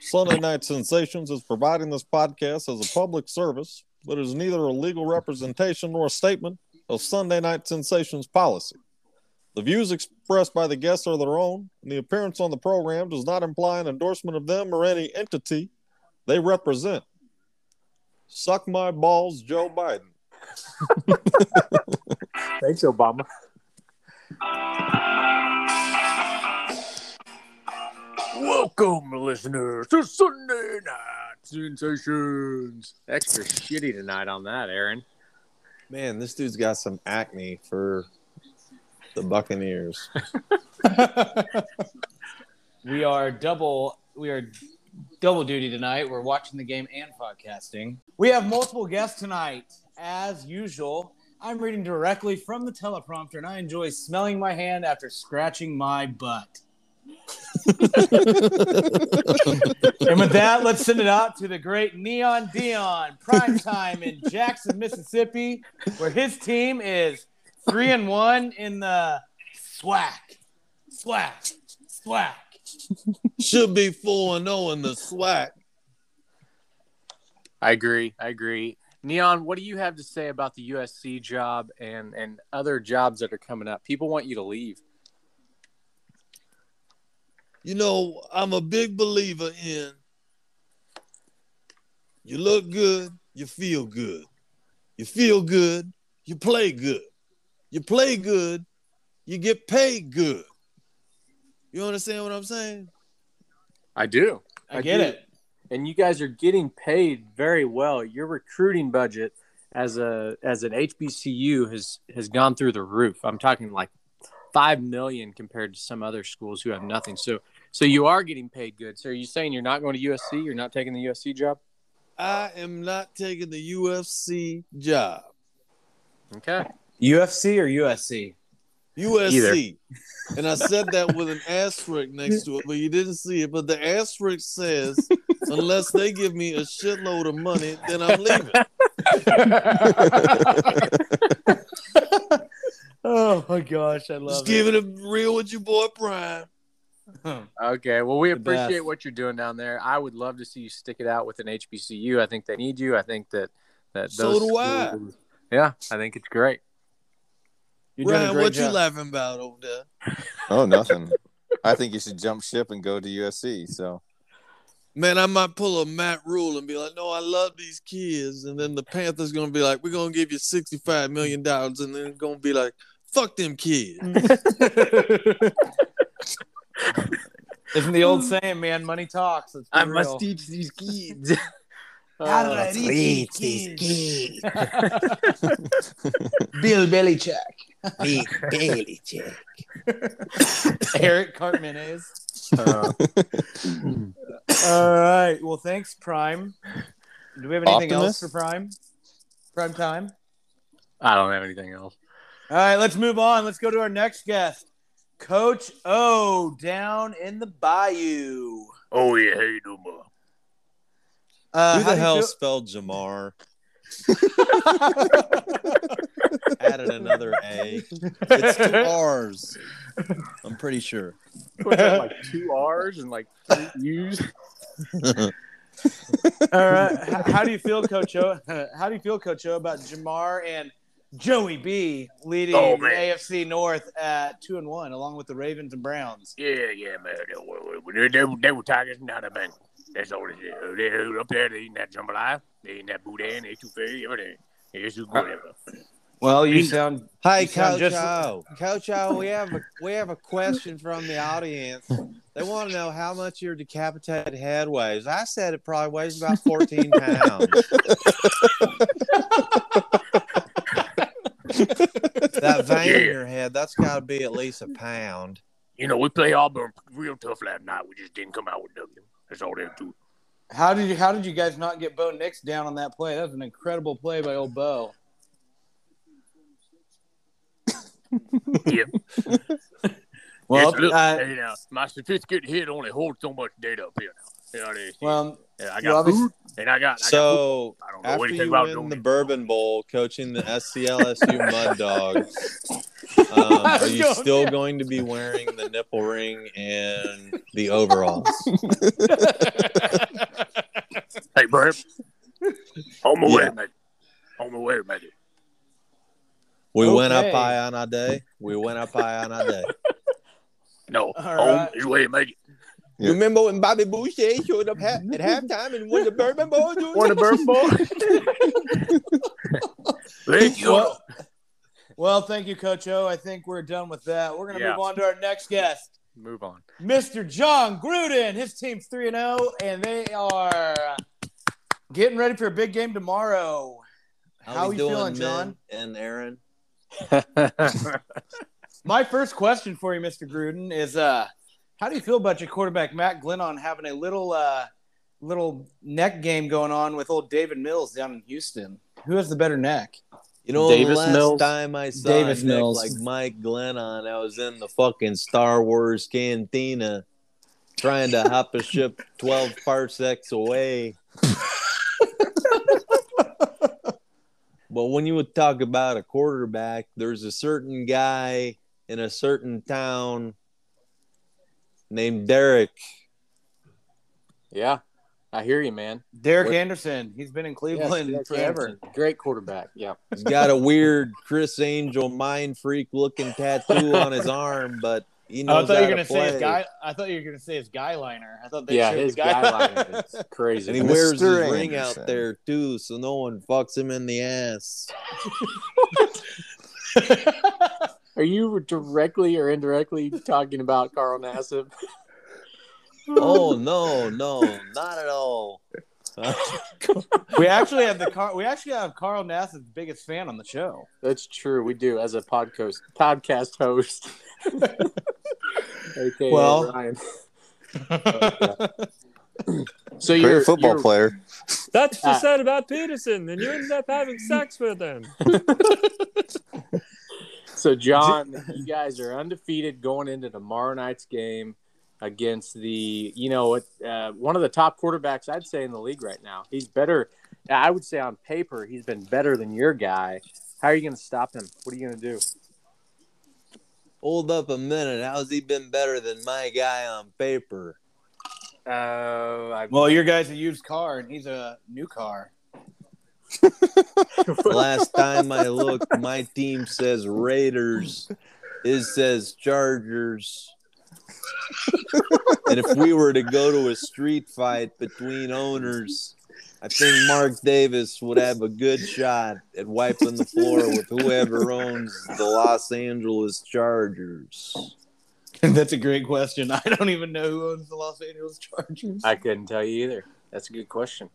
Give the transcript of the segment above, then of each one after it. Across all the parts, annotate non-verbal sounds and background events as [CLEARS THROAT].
Sunday Night Sensations is providing this podcast as a public service, but is neither a legal representation nor a statement of Sunday Night Sensations policy. The views expressed by the guests are their own, and the appearance on the program does not imply an endorsement of them or any entity they represent. Suck my balls, Joe Biden. Thanks, Obama. Welcome, listeners, to Sunday Night Sensations. Extra shitty tonight on that, Aaron. Man, this dude's got some acne for the Buccaneers. We are double. We are double duty tonight. We're watching the game and podcasting. We have multiple guests tonight, as usual. I'm reading directly from the teleprompter, and I enjoy smelling my hand after scratching my butt. and with that, let's send it out to the great Neon Dion, primetime in Jackson, Mississippi, where his team is three and one in the SWAC, SWAC, SWAC. Should be 4 and 0 in the swag. I agree. I agree. Neon, what do you have to say about the USC job and and other jobs that are coming up? People want you to leave. you know, I'm a big believer in you look good, you feel good. You feel good, you play good. You play good, you get paid good. You understand what I'm saying? I do. I get do. it. And you guys are getting paid very well. Your recruiting budget as a as an HBCU has has gone through the roof. I'm talking like 5 million compared to some other schools who have nothing. So so you are getting paid good. So are you saying you're not going to USC? You're not taking the USC job? I am not taking the UFC job. [LAUGHS] Okay. UFC or USC? USC. And I said that with an asterisk next to it, but you didn't see it. But the asterisk says, unless they give me a shitload of money, then I'm leaving. Oh my gosh, I love Just giving it real with your boy Prime. Okay, well, we The best. appreciate what you're doing down there. I would love to see you stick it out with an HBCU. I think they need you. I think that that So those do I. schools- Yeah, I think it's great. You're doing a Brian, great what you job. laughing about over there? Oh, nothing. I think you should jump ship and go to USC. So Man, I might pull a Matt Rule and be like, "No, I love these kids," and then the Panthers gonna be like, "We're gonna give you sixty-five million dollars," and then it's gonna be like, "Fuck them kids." Isn't [LAUGHS] the old saying, man? Money talks. It's Uh, I must [LAUGHS] teach these [LAUGHS] kids. Oh, Alright. Bill Belichick. Big Bailey check. [LAUGHS] Eric Cartman is. All right. Well, thanks, Prime. Do we have anything else Optimus? for Prime? Prime time. I don't have anything else. All right, let's move on. Let's go to our next guest, Coach O, down in the bayou. Oh, yeah, hey, Duma. Uh, how do Who the you hell feel- spelled [LAUGHS] Jamar? Added another A. It's two [LAUGHS] R's. I'm pretty sure. [LAUGHS] like two R's and like three [LAUGHS] U's. All right. H- How do you feel, Coach O? [LAUGHS] How do you feel, Coach O, about Jamar and Joey B leading Oh, the man. AFC North at two and one, along with the Ravens and Browns? Yeah, yeah, man. They were, they, they, they were tigers, not a bang. That's all it is. Uh, They they up there, they eating that jambalaya, they eating that boudin, they too fairy, everything. It's too good. ever. Well, you sound Hi, You sound Coach just- O. [LAUGHS] Coach O, we have a we have a question from the audience. They want to know how much your decapitated head weighs. I said it probably weighs about [LAUGHS] 14 pounds. that vein in your head, that's got to be at least a pound. You know, we play Auburn real tough last night. We just didn't come out with W. That's all there to it. How did you how did you guys not get Bo Nix down on that play? That was an incredible play by old Bo. Yeah. [LAUGHS] Well, Yes, look, uh, hey, now, my sophisticated head only holds so much data up here now. You know what I mean? well, Yeah, I you got obviously- food, and I got. I, got food. So, I don't know after anything you about win doing the Bourbon Bowl coaching the [LAUGHS] SCLSU Mud Dogs, um, are you Don't- still going to be wearing the nipple ring and the overalls? way. On my way, Yeah. mate. On my way, mate. We went up Okay. high on our day. We went up high on our day. No, All on right. his way, mate. Yeah. Remember when Bobby Boucher showed up ha- at halftime and won the Bourbon Bowl? dude? Want a bird boy? Thank you. Well, well, thank you, Coach O. I think we're done with that. We're going to Yeah. move on to our next guest. Move on. Mr. John Gruden. His team's 3 0, and they are getting ready for a big game tomorrow. How we you feeling, John? men And Aaron. My first question for you, Mr. Gruden, is uh, how do you feel about your quarterback, Matt Glennon, having a little uh, little neck game going on with old David Mills down in Houston? Who has the better neck? You know, Davis the last Mills. time I saw Davis Davis Mills. like Mike Glennon, I was in the fucking Star Wars cantina trying to hop a ship 12 parsecs away. but when you would talk about a quarterback, there's a certain guy in a certain town named Derek. [LAUGHS] yeah, I hear you, man. Derek What- Anderson. He's been in Cleveland Yes, forever. Anderson, Great quarterback. Yeah. He's got a weird Chris Angel mind freak looking tattoo on his arm, but he Oh, knows how to play. I thought you were gonna say his guy liner. I thought yeah, his guideline [LAUGHS] is And crazy. he wears his Mr. ring Anderson. out there too, so no one fucks him in the ass. Are you directly or indirectly talking about Carl Nassib? Oh no, no, not at [LAUGHS] all. [LAUGHS] we actually have the car. We actually have Carl Nass's biggest fan on the show. [LAUGHS] That's true. We do as a podcast podcast [LAUGHS] host. AKA Well- Ryan. so you're Great football you're- player. That's what Ah. you said about Peterson, and you ended up having sex with him. [LAUGHS] So John, you guys are undefeated going into tomorrow night's game against the you know uh, one of the top quarterbacks I'd say in the league right now. He's better. I would say on paper he's been better than your guy. How are you going to stop him? What are you going to do? Hold up a minute. How's he been better than my guy on paper? Uh, I, Well, your guy's a used car, and he's a new car. [LAUGHS] Last time I looked, my team says Raiders. His says Chargers. and if we were to go to a street fight between owners, I think Mark Davis would have a good shot at wiping the floor with whoever owns the Los Angeles Chargers. That's a great question. I don't even know who owns the Los Angeles Chargers. I couldn't tell you either. That's a good question.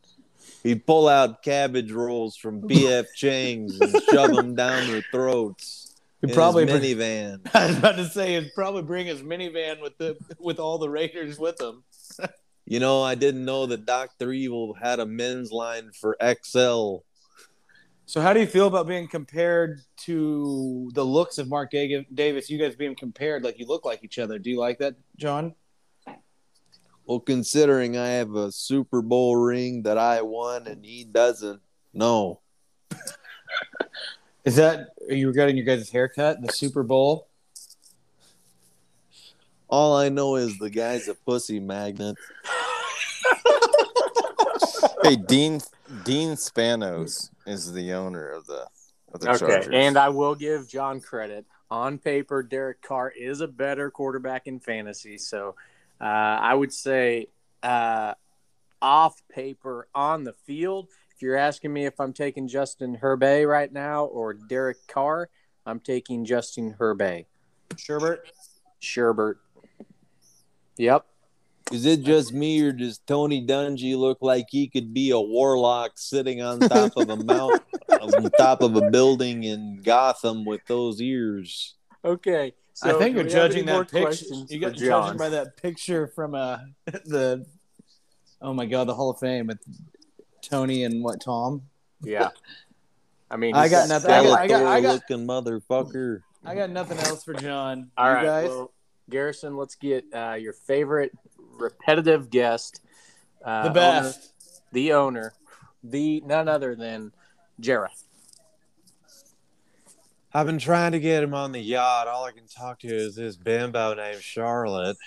He'd pull out cabbage rolls from BF Chang's and shove them down their throats. He in his probably bring- minivan. [LAUGHS] I was about to say he'd probably bring his minivan with the with all the Raiders with him. You know, I didn't know that Dr. Evil had a men's line for XL. So, how do you feel about being compared to the looks of Mark Da- Davis? You guys being compared, like you look like each other. Do you like that, John? Well, considering I have a Super Bowl ring that I won and he doesn't, no. Is that are you regarding your guys' haircut, the Super Bowl? All I know is the guy's a pussy magnet. Hey, Dean Dean Spanos is the owner of the of the Chargers. And I will give John credit. On paper, Derek Carr is a better quarterback in fantasy. So uh, I would say uh, off paper, on the field, if you're asking me if I'm taking Justin Herbay right now or Derek Carr, I'm taking Justin Herbay. Sherbert. Sherbert. Yep. Is it just me or does Tony Dungy look like he could be a warlock sitting on top of a mount on top of a building in Gotham with those ears? Okay. I think do you're we have judging any more that picture. questions You for got judging by [LAUGHS] that picture from uh, [LAUGHS] the oh my god, the Hall of Fame with Tony and what Tom. [LAUGHS] Yeah. I mean, I he's got nothing. I got, I got, I got, looking motherfucker. I got nothing else for John. All you right, guys? well, Garrison, let's get uh, your favorite repetitive guest. Uh, the owner- best. the owner, the none other than Jarrah. I've been trying to get him on the yacht. All I can talk to is this bimbo named Charlotte.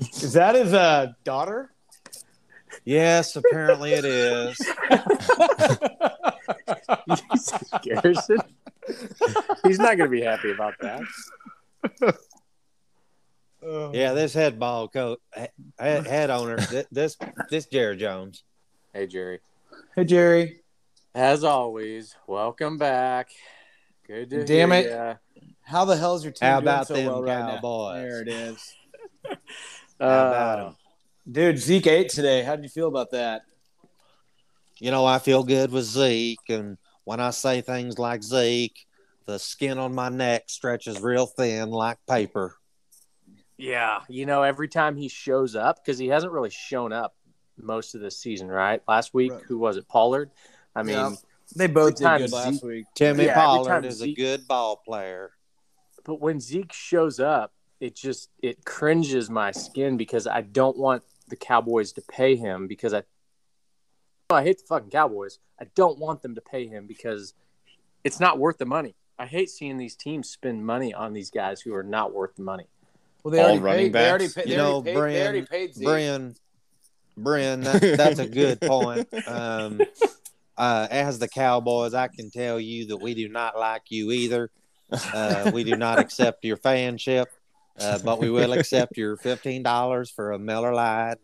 Is that his uh, daughter? Yes, apparently [LAUGHS] it is. [LAUGHS] Garrison. [LAUGHS] He's not going to be happy about that. Yeah, this head ball coat, head, head owner, th- this this Jared Jones. Hey, Jerry. Hey, Jerry. As always, welcome back. Good to Damn hear it. ya. How the hell's your team How doing about so them well right now? Cowboys? There it is. Uh, How about him? Dude, Zeke ate today. How did you feel about that? You know, I feel good with Zeke, and when I say things like Zeke, the skin on my neck stretches real thin like paper. Yeah, you know, every time he shows up because he hasn't really shown up most of this season, right? Last week, Right. who was it? Pollard. I mean, Yeah. They both Good time, did good last Zeke. week. Timmy Yeah, every time Pollard is Zeke- a good ball player. but when Zeke shows up, it just it cringes my skin because I don't want the Cowboys to pay him because I I hate the fucking Cowboys. I don't want them to pay him because it's not worth the money. I hate seeing these teams spend money on these guys who are not worth the money. Well, they All already running paid. They already backs? paid. You they already know, paid- Brian- they already paid Zeke. Brian, Brian, that, that's a good point. Um, uh, as the Cowboys, I can tell you that we do not like you either. Uh, we do not accept your fanship, uh, but we will accept your fifteen dollars for a Miller Lite,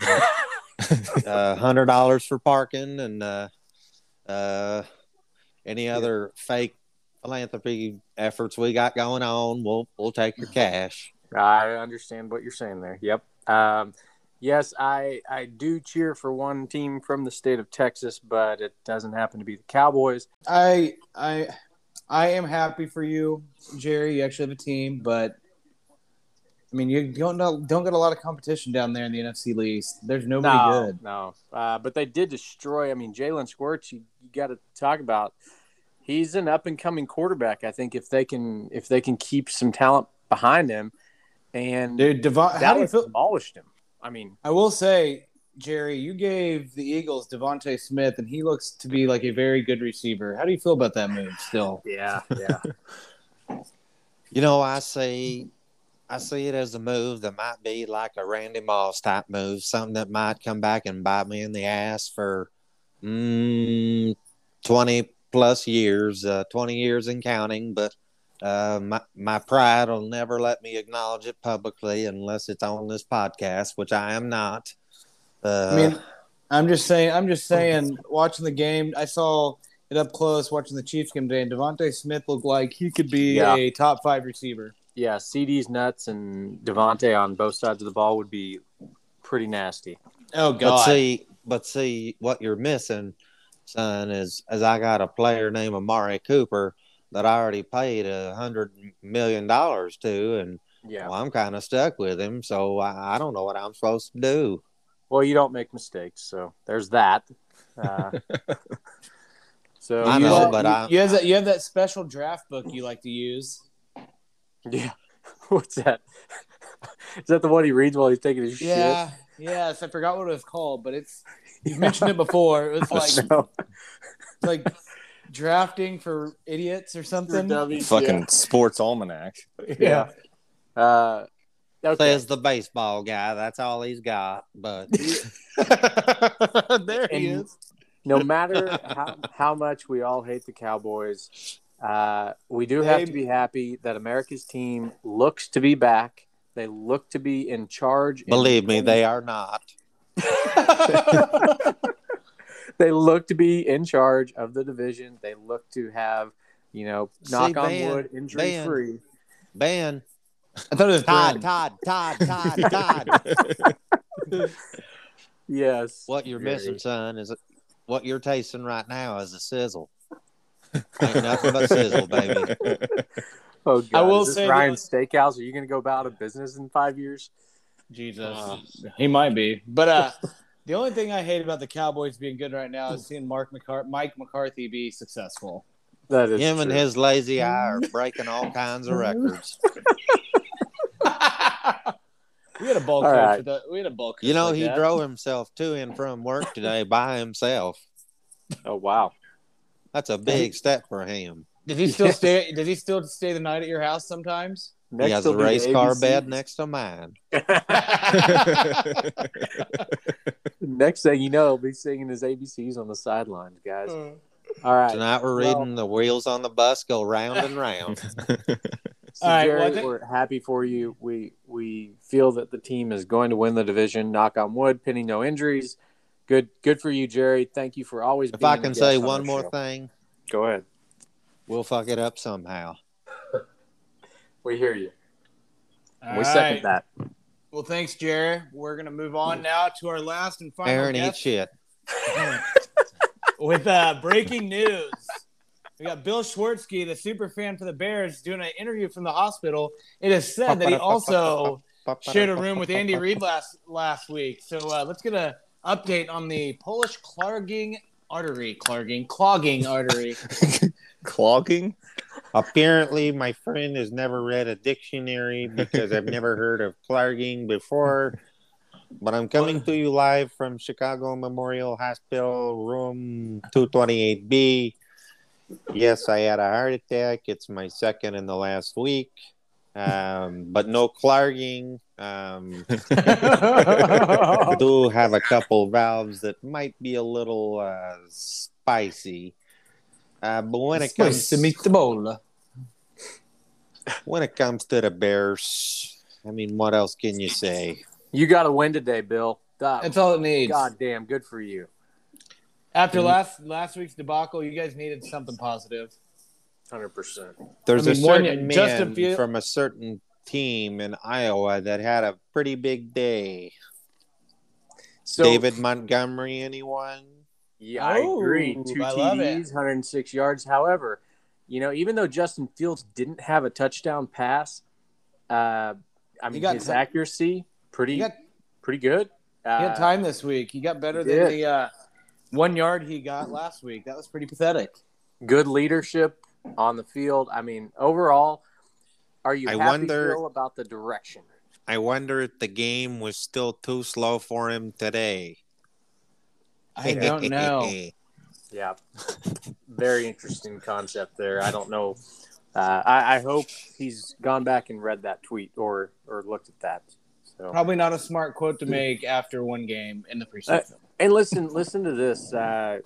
uh, hundred dollars for parking, and uh, uh, any other fake philanthropy efforts we got going on. We'll we'll take your cash. I understand what you're saying there. Yep. Um, yes, I I do cheer for one team from the state of Texas, but it doesn't happen to be the Cowboys. I I I am happy for you, Jerry. You actually have a team, but I mean, you don't know, don't get a lot of competition down there in the NFC least. There's nobody no, good. no. Uh, but they did destroy. I mean, Jalen Squirts. You, you got to talk about. He's an up and coming quarterback. I think if they can if they can keep some talent behind him, and Dude, Devon, how do you Dallas feel? demolished him. I mean, I will say, Jerry, you gave the Eagles Devonte Smith, and he looks to be like a very good receiver. How do you feel about that move? Still, [LAUGHS] yeah, yeah. You know, I see, I see it as a move that might be like a Randy Moss type move, something that might come back and bite me in the ass for mm, twenty plus years, uh, twenty years and counting. But uh, my my pride will never let me acknowledge it publicly unless it's on this podcast, which I am not. Uh, I mean, I'm just saying. I'm just saying. Watching the game, I saw it up close. Watching the Chiefs game today, and Devonte Smith looked like he could be Yeah. a top five receiver. yeah, CD's nuts and Devontae on both sides of the ball would be pretty nasty. Oh But God! see, but see, what you're missing, son, is is I got a player named Amari Cooper that I already paid a hundred million dollars to, and Yeah. well, I'm kind of stuck with him, so I, I don't know what I'm supposed to do. Well, you don't make mistakes, so there's that. [LAUGHS] Uh, so I You- know, you- but I- you have that you have that special draft book you like to use. yeah. [LAUGHS] What's that? Is that the one he reads while he's taking his [LAUGHS] Yeah, yes, I forgot what it was called, but it's you've mentioned it before. It was shit? like No. like drafting for idiots or something. Fucking sports [LAUGHS] almanac. Yeah. Uh, okay. Says the baseball guy. That's all he's got. [LAUGHS] But there he And- is. No matter how, how much we all hate the Cowboys, uh, we do have They- to be happy that America's team looks to be back. They look to be in charge. and- believe me, they are not. they look to be in charge of the division. They look to have, you know, See, knock on Ben, wood, injury Ben. free. Ben, I thought it was Todd, Brad. Todd, [LAUGHS] Todd, Todd, Todd. Yes. What you're Very. missing, son, is what you're tasting right now is a sizzle. Ain't nothing but sizzle, baby. Oh, God. I will is this say Ryan's Steakhouse. Are you going to go out of business in five years? Jesus, Uh, he might be, but uh, [LAUGHS] the only thing I hate about the Cowboys being good right now is seeing Mark McCar- Mike McCarthy be [LAUGHS] successful. That is Him and true. his lazy [LAUGHS] eye are breaking all kinds of Mm-hmm. records. We had a ball All coach. right. with a- we had a ball coach. You know, like he that. drove himself to and from work today by himself. Oh, wow. That's a big step for him. Does he [LAUGHS] still stay? Does he still stay the night at your house [LAUGHS] sometimes? Next he has will a be the race car ABC bed next to mine. Next thing you know, he'll be singing his ABCs on the sidelines, guys. All right. Hmm. Tonight we're Well- reading The Wheels on the Bus Go Round [LAUGHS] and Round. So All right, Jerry, well, I think- we're happy for you. We we feel that the team is going to win the division. Knock on wood, pending no injuries. Good good for you, Jerry. Thank you for always. if being I a can guest say on one our more show. thing, go ahead. we'll fuck it up somehow. We hear you. All we second right. that. Well, thanks, Jerry. We're gonna move on now to our last and final Aaron, eat guest shit. with uh, breaking news. We got Bill Schwartzky, the super fan for the Bears, doing an interview from the hospital. It is said that he also shared a room with Andy Reid last last week. So uh, let's get a update on the Polish clogging artery, clogging, clogging artery. [LAUGHS] Clogging? Apparently, my friend has never read a dictionary because I've never heard of clarging before. But I'm coming to you live from Chicago Memorial Hospital, room 228B. Yes, I had a heart attack. It's my second in the last week. Um, but no clarging. Um, [LAUGHS] I do have a couple valves that might be a little uh, spicy. Uh, but when it comes the bowl. when it comes to the Bears, I mean, what else can you say? You got to win today, Bill. That's God, all it needs. God damn, good for you. After last last week's debacle, you guys needed something positive. Hundred percent. There's I mean, a one- certain Justin man Field- from a certain team in Iowa that had a pretty big day. So David Montgomery, anyone? Yeah, I agree. Oh, Two I love it. TDs, 106 yards. However, you know, even though Justin Fields didn't have a touchdown pass, uh, I mean, got his ti- accuracy pretty He got pretty good. Uh, he had time this week. He got better he than did. the uh, one yard he got last week. That was pretty pathetic. Good leadership on the field. I mean, overall, are you I happy wonder- Bill, about the direction? I wonder if the game was still too slow for him today. I [LAUGHS] don't know. [LAUGHS] [LAUGHS] Yeah, very interesting concept there. I don't know. Uh, I, I hope he's gone back and read that tweet or or looked at that. So Probably not a smart quote Hmm. to make after one game in the preseason. And listen, listen to this. Uh,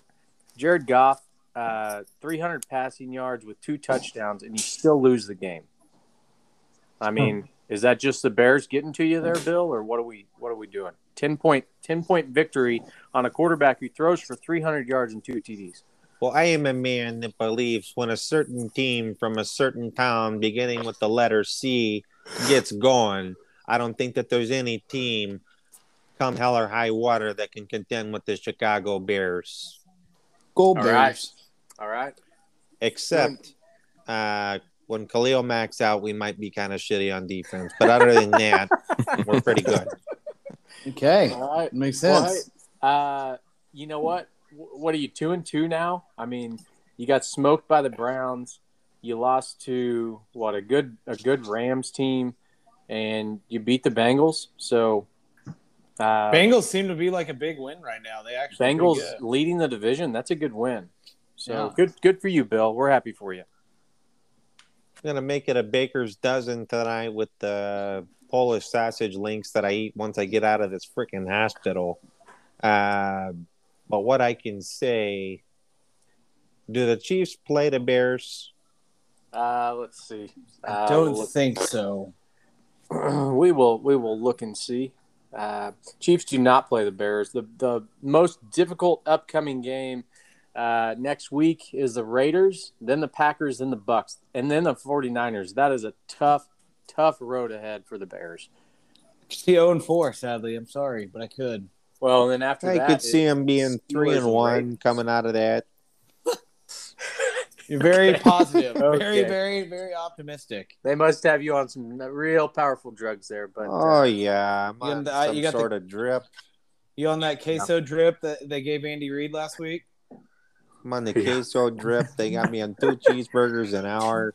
Jared Goff, uh, 300 passing yards with two touchdowns, and you still lose the game. I mean, is that just the Bears getting to you there, Bill, or what are we what are we doing? 10 point 10 point victory on a quarterback who throws for 300 yards and two TDs. Well, I am a man that believes when a certain team from a certain town beginning with the letter C gets going, I don't think that there's any team come hell or high water that can contend with the Chicago Bears. Gold All right. All right. Except uh, when Khalil Mack's out, we might be kind of shitty on defense. But other than that, we're pretty good. Okay. All right. Makes Well, sense. Uh, you know what? W- What are you two and two now? I mean, you got smoked by the Browns. You lost to what a good a good Rams team, and you beat the Bengals. So, uh, Bengals seem to be like a big win right now. They actually pretty Bengals good. leading the division. That's a good win. So Yeah. good good for you, Bill. We're happy for you. I'm gonna make it a baker's dozen tonight with the Polish sausage links that I eat once I get out of this freaking hospital. Uh, but what I can say, do the Chiefs play the Bears? Uh, let's see. Uh, Don't we'll- think so. [CLEARS THROAT] we will we will look and see. Uh, Chiefs do not play the Bears. The the most difficult upcoming game uh, next week is the Raiders, then the Packers, then the Bucks, and then the 49ers. That is a tough tough road ahead for the Bears. She 0 and 4, sadly. I'm sorry, but I could. Well, and then after I that, could see it- them being three Steelers and and one Ravens. coming out of that. [LAUGHS] You're very positive. Very, Okay. very, very optimistic. they must have you on some real powerful drugs there. But Oh uh, yeah, I'm You got on the- some Uh, you got the- sort of drip. You on that queso drip that they gave Andy Reid last week? I'm on the Yeah. queso drip. They got me on two cheeseburgers an hour,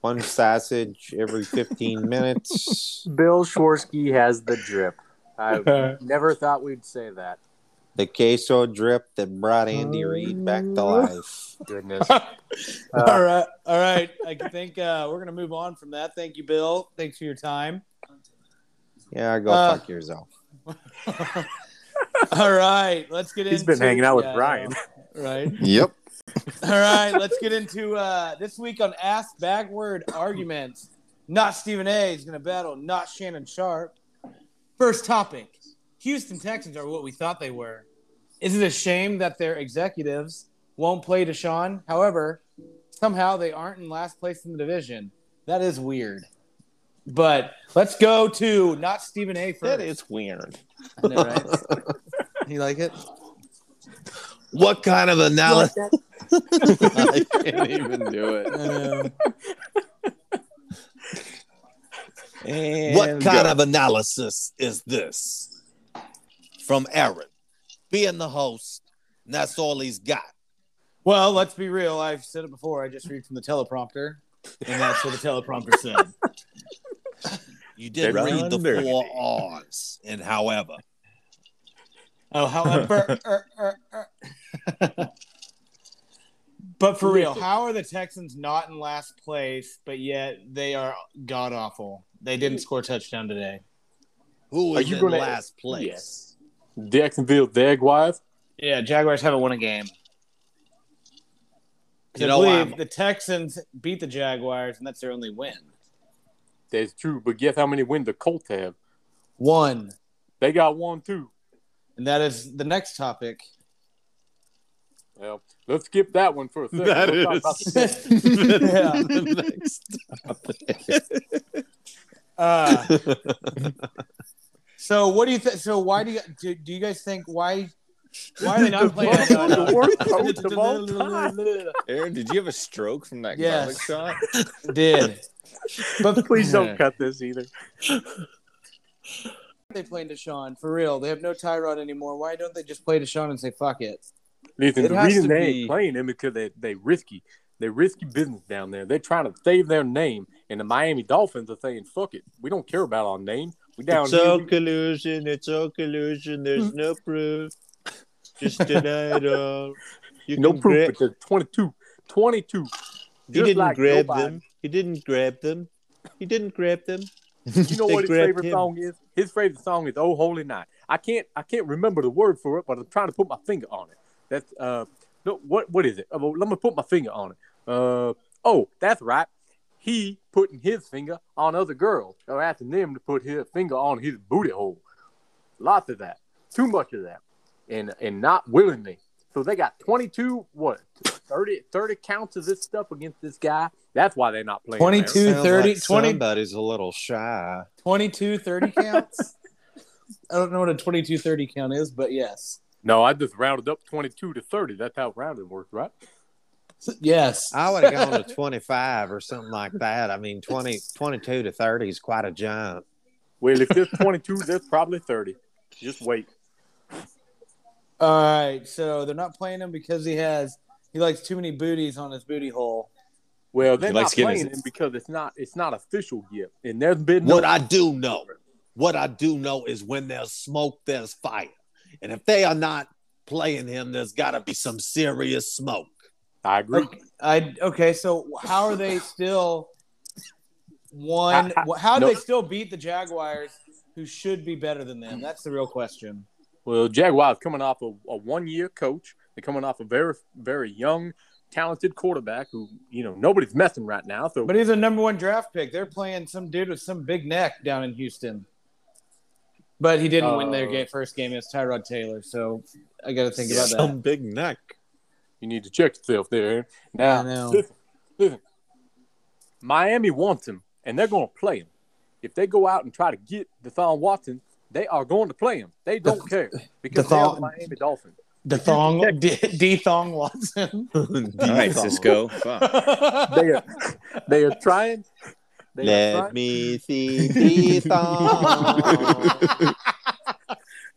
one sausage every 15 minutes. Bill Schwarsky has the drip. I [LAUGHS] never thought we'd say that. the queso drip that brought Andy Reid [LAUGHS] back to life. Goodness. Uh, all right. All right. I think uh, we're going to move on from that. Thank you, Bill. Thanks for your time. Yeah, go Uh, fuck yourself. All right, let's get He's into. been hanging out with yeah, I Brian. know, Right. Yep. [LAUGHS] All right, let's get into uh, this week on Ask Backward Arguments. Not Stephen A. is going to battle, not Shannon Sharp. First topic Houston Texans are what we thought they were. Is it a shame that their executives won't play Deshaun? However, somehow they aren't in last place in the division. That is weird. But let's go to not Stephen A. first. That is weird. I know, right? you like it? What kind of analysis? [LAUGHS] I [LAUGHS] can't even do it. What kind of analysis is this? From Aaron, being the host, and that's all he's got. Well, let's be real. I've said it before. I just read from the teleprompter, and that's what the teleprompter said. You did They're read under. the four R's, and however, Oh, however. er, er, er. but for real, how are the Texans not in last place, but yet they are god awful? They didn't score a touchdown today. who Are is you in gonna- last place? [LAUGHS] [LAUGHS] Yes. Jacksonville Jaguars. Yeah, Jaguars haven't won a game. 'Cause You I know, believe I'm- the Texans beat the Jaguars, and that's their only win. That's true. But guess how many wins the Colts have? One. They got one too. And that is the next [LAUGHS] topic. Well, let's skip that one for a second. That We'll talk about is- the Texans. yeah. Uh, so what do you think? So why do you do, do you guys think why why are they [LAUGHS] not [LAUGHS] playing? the worst coach of all time. Aaron, did you have a stroke from that Yes. [LAUGHS] garlic shot? Did but [LAUGHS] Please don't cut this either. they playing Deshaun for real? They have no Tyrod anymore. Why don't they just play Deshaun and say fuck it? Listen, It the has reason to they be- ain't playing him because they they risky. They risky business down there. They're trying to save their name, and the Miami Dolphins are saying, "Fuck it, we don't care about our name. We down It's all here." collusion. It's all collusion. There's no proof. Just deny it all. You We, no can gra- proof, but there's 22, 22. He Just didn't like grab nobody. them. He didn't grab them. He didn't grab them. You know They what his grabbed favorite him. song is? His favorite song is "Oh Holy Night." I can't I can't remember the word for it, but I'm trying to put my finger on it. That's uh, no, what what is it? Uh, well, let me put my finger on it. Uh, oh, that's right. He putting his finger on other girls, or asking them to put his finger on his booty hole. Lots of that, too much of that, and and not willingly. So they got 22, what, 30, 30 counts of this stuff against this guy. That's why they're not playing. man. 22, 30, 20 [LAUGHS] Somebody's a little shy. 22, 30 counts. I don't know what a 22, 30 count is, but yes, No, I just rounded up 22 to 30. That's how rounded works, right? yes. I would have gone to 25 or something like that. I mean, 20, 22 to 30 is quite a jump. Well, if there's 22, [LAUGHS] there's probably 30. Just wait. [LAUGHS] All right, so they're not playing him because he has he likes too many booties on his booty hole. Well, they're He not likes getting playing his- him because it's not it's not official yet, and there's been no. What I do know, what I do know is when there's smoke, there's fire. And if they are not playing him, there's got to be some serious smoke. I agree. I okay, so how are they still one? I- wh- How do no. they still beat the Jaguars, who should be better than them? That's the real question. Well, Jaguars coming off a, a one year coach. They're coming off a very very young, talented quarterback who you know nobody's messing right now. So But he's a number one draft pick. They're playing some dude with some big neck down in Houston. But he didn't win their Uh, game, first game. It's Tyrod Taylor, so I got to think about that. Some big neck. you need to check yourself there. Aaron. Now, I know. listen, listen. Miami wants him, and they're going to play him. If they go out and try to get Deshaun Watson, they are going to play him. [LAUGHS] They don't care because they are Deshaun- the Miami Dolphins. [LAUGHS] The thong, [LAUGHS] D, D thong [LAUGHS] Watson. All right, Cisco. Fuck. [LAUGHS] They are, they are trying. They are Let trying. me see the thong.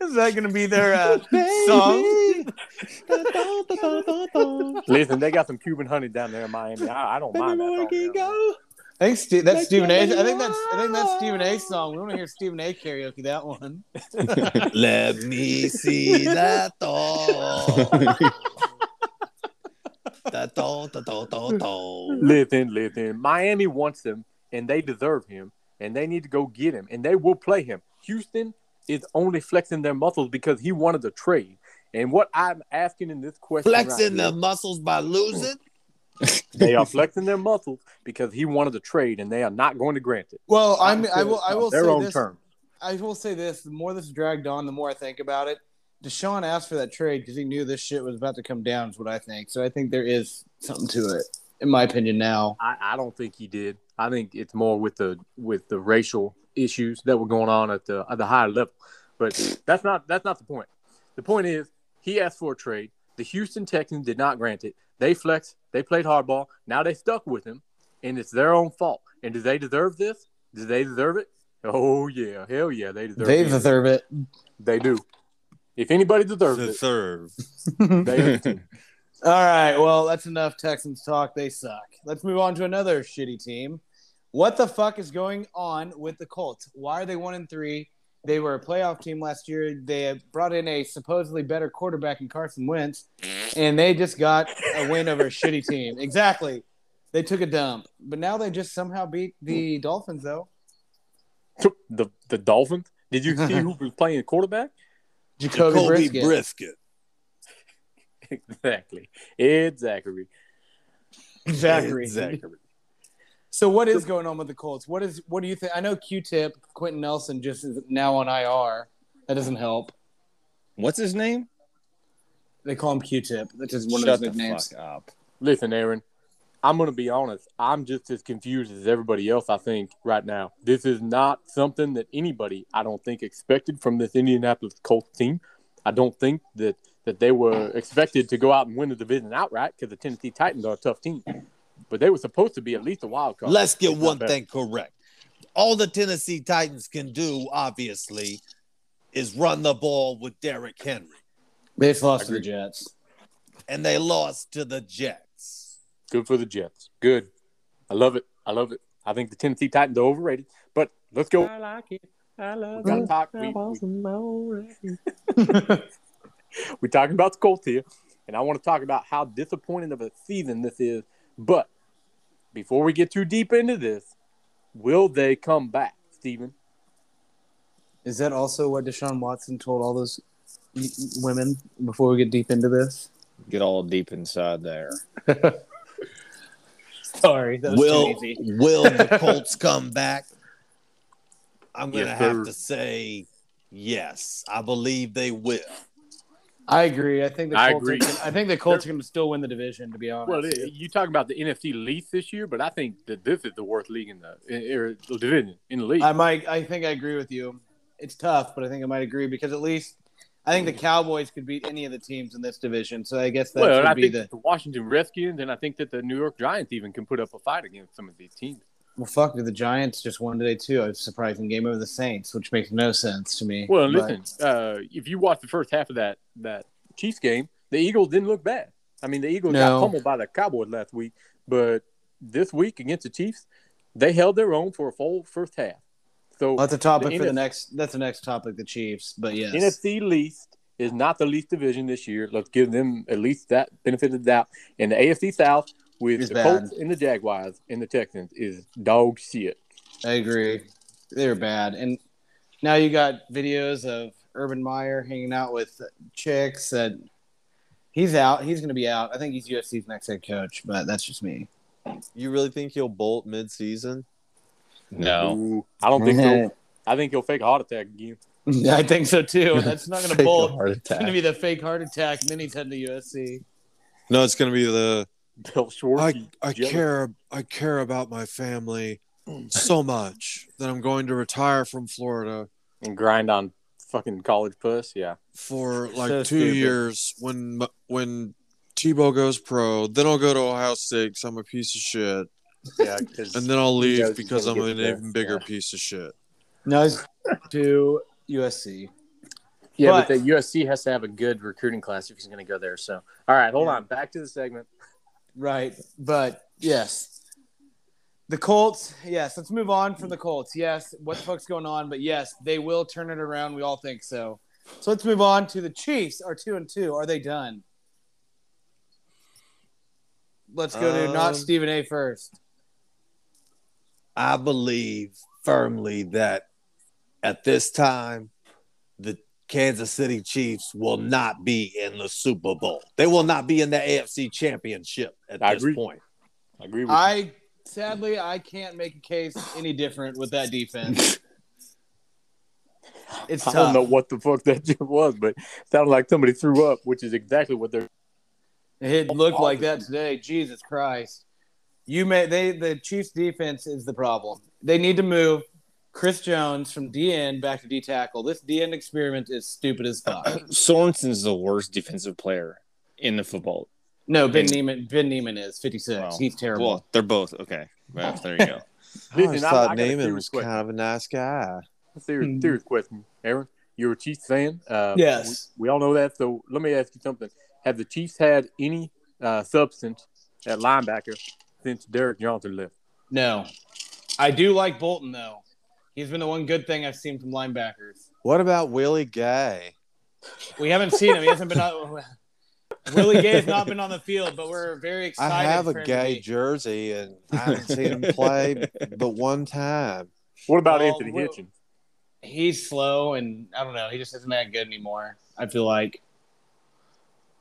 [LAUGHS] Is that going to be their [LAUGHS] uh, song? Listen, they got some Cuban honey down there in Miami. I, I don't mind that. song down there. I think Steve, that's Stephen A. I think that's I think that's Stephen A. song. We want to hear Stephen A. karaoke that one. [LAUGHS] Let me see that [LAUGHS] thong. That thong, da thong, thong, thong. Listen, listen. Miami wants him, and they deserve him, and they need to go get him, and they will play him. Houston, is only flexing their muscles because he wanted to trade. And what I'm asking in this question, right Flexing here- Mm-hmm. their muscles by losing. they are flexing their muscles because he wanted to trade, and they are not going to grant it. Well, I Not mean, I until will- I it's on will their say own this- terms. I will say this: the more this is dragged on, the more I think about it. Deshaun asked for that trade because he knew this shit was about to come down. Is what I think. So I think there is something to it, in my opinion. Now, I, I don't think he did. I think it's more with the with the racial issues that were going on at the at the higher level. But that's not that's not the point. The point is he asked for a trade. The Houston Texans did not grant it. They flexed. They played hardball. Now they stuck with him, and it's their own fault. And do they deserve this? Do they deserve it? Oh yeah, hell yeah, they deserve. they it. deserve it. They do. If anybody deserves [LAUGHS] it, they do. All right. Well, that's enough Texans talk. They suck. Let's move on to another shitty team. What the fuck is going on with the Colts? Why are they one and three? They were a playoff team last year. They brought in a supposedly better quarterback in Carson Wentz, and they just got a win over a shitty team. Exactly. They took a dump, but now they just somehow beat the Dolphins, though. [LAUGHS] the the Dolphins. Did you see who was playing quarterback? Jacoby Jacoby Brisket. Brisket. exactly. Ed Zachary. Zachary. Ed Zachary. So what is going on with the Colts? What is what do you think? I know Q-Tip Quentin Nelson just is now on IR. That doesn't help. [LAUGHS] What's his name? They call him Q-Tip. That's just one Shut of his the nicknames. fuck up. Listen, Aaron, I'm going to be honest. I'm just as confused as everybody else, I think, right now. This is not something that anybody, I don't think, expected from this Indianapolis Colts team. I don't think that, that they were expected to go out and win the division outright because the Tennessee Titans are a tough team. But they were supposed to be at least a wild card. Let's get if not one better. thing correct. All the Tennessee Titans can do, obviously, is run the ball with Derrick Henry. They just lost to the Jets. And they lost to the Jets. Good for the Jets. Good. I love it. I love it. I think the Tennessee Titans are overrated. But let's go. I like it. I love We gotta it. talk. I [LAUGHS] We- want some more. We're talking about the Colts here, and I want to talk about how disappointing of a season this is. But before we get too deep into this, will they come back, Steven? Is that also what Deshaun Watson told all those y- women before we get deep into this? Get all deep inside there. Sorry, that was will too easy. [LAUGHS] will the Colts come back? I'm gonna Yes, sir. have to say yes. I believe they will. I agree. I think the I Colts agree. Are gonna, I think the Colts are going to still win the division. To be honest, Well, it- you talk about the NFC least this year, but I think that this is the worst league in the, er, the division in the league. I might. I think I agree with you. It's tough, but I think I might agree because at least I think the Cowboys could beat any of the teams in this division. So I guess that well, and should I be think the that the Washington Redskins, and I think that the New York Giants even can put up a fight against some of these teams. well. Fuck, the Giants just won today too. A surprising game over the Saints, which makes no sense to me. Well, and But- listen, uh, if you watch the first half of that that Chiefs game, the Eagles didn't look bad. I mean, the Eagles No. got pummeled by the Cowboys last week, but this week against the Chiefs, they held their own for a full first half. So Well, that's a topic for the NF- next. That's the next topic, the Chiefs. But yes, NFC least is not the least division this year. Let's give them at least that benefit of the doubt. And the AFC South with It's the bad. Colts and the Jaguars and the Texans is dog shit. I agree. They're bad, and now you got videos of Urban Meyer hanging out with chicks. That he's out. He's going to be out. I think he's UFC's next head coach, but that's just me. You really think he'll bolt mid-season? No. Oh. Ooh, I don't think so. I think he'll fake a heart attack again. I think so too. That's not going to Fake bolt. heart It's going to attack. be the fake heart attack, and then he's heading to USC. No, it's gonna be the Bill Schwartz. I, I jealous. care I care about my family so much that I'm going to retire from Florida and grind on fucking college puss. Yeah, for like So two stupid. years when m- when Tebow goes pro. Then I'll go to Ohio State 'cause I'm a piece of shit, yeah. and then I'll knows leave he's because I'm gonna an get there. even bigger piece of shit. No, he's to USC. yeah, but- but, the USC has to have a good recruiting class if he's going to go there. So, all right, hold on. Back to the segment. Right. But yes. The Colts, yes, let's move on from the Colts. Yes, what the fuck's going on? But yes, they will turn it around. We all think so. So let's move on to the Chiefs are two and two. Are they done? Let's go to Um, not Stephen A first. I believe firmly that at this time, the Kansas City Chiefs will not be in the Super Bowl. They will not be in the AFC Championship at I this agree. point. I agree with you. I sadly I can't make a case any different with that [LAUGHS] defense. It's I don't tough. know what the fuck that [LAUGHS] shit was, but it sounded like somebody threw up, which is exactly what they're. It looked like that today. Jesus Christ. You may they the Chiefs defense is the problem. They need to move Chris Jones from DN back to D tackle. This DN experiment is stupid as [COUGHS] fuck. Sorensen's the worst defensive player in the football. No, Ben Neiman Ben Neiman is 56. He's terrible. Well, they're both okay. Well, there you go. I always thought Naaman was kind of a nice guy. Serious, serious question, Aaron. You're a Chiefs fan. Uh, Yes. We, we all know that. So let me ask you something. Have the Chiefs had any uh, substance at linebacker since Derek Johnson left? No. I do like Bolton though. He's been the one good thing I've seen from linebackers. What about Willie Gay? We haven't seen him. He hasn't been on Willie Gay has not been on the field, but we're very excited. I have a for him to gay be- jersey and I haven't seen [LAUGHS] him play but one time. What about Well, Anthony Will- Hitchens? He's slow, and I don't know. He just isn't that good anymore. I feel like.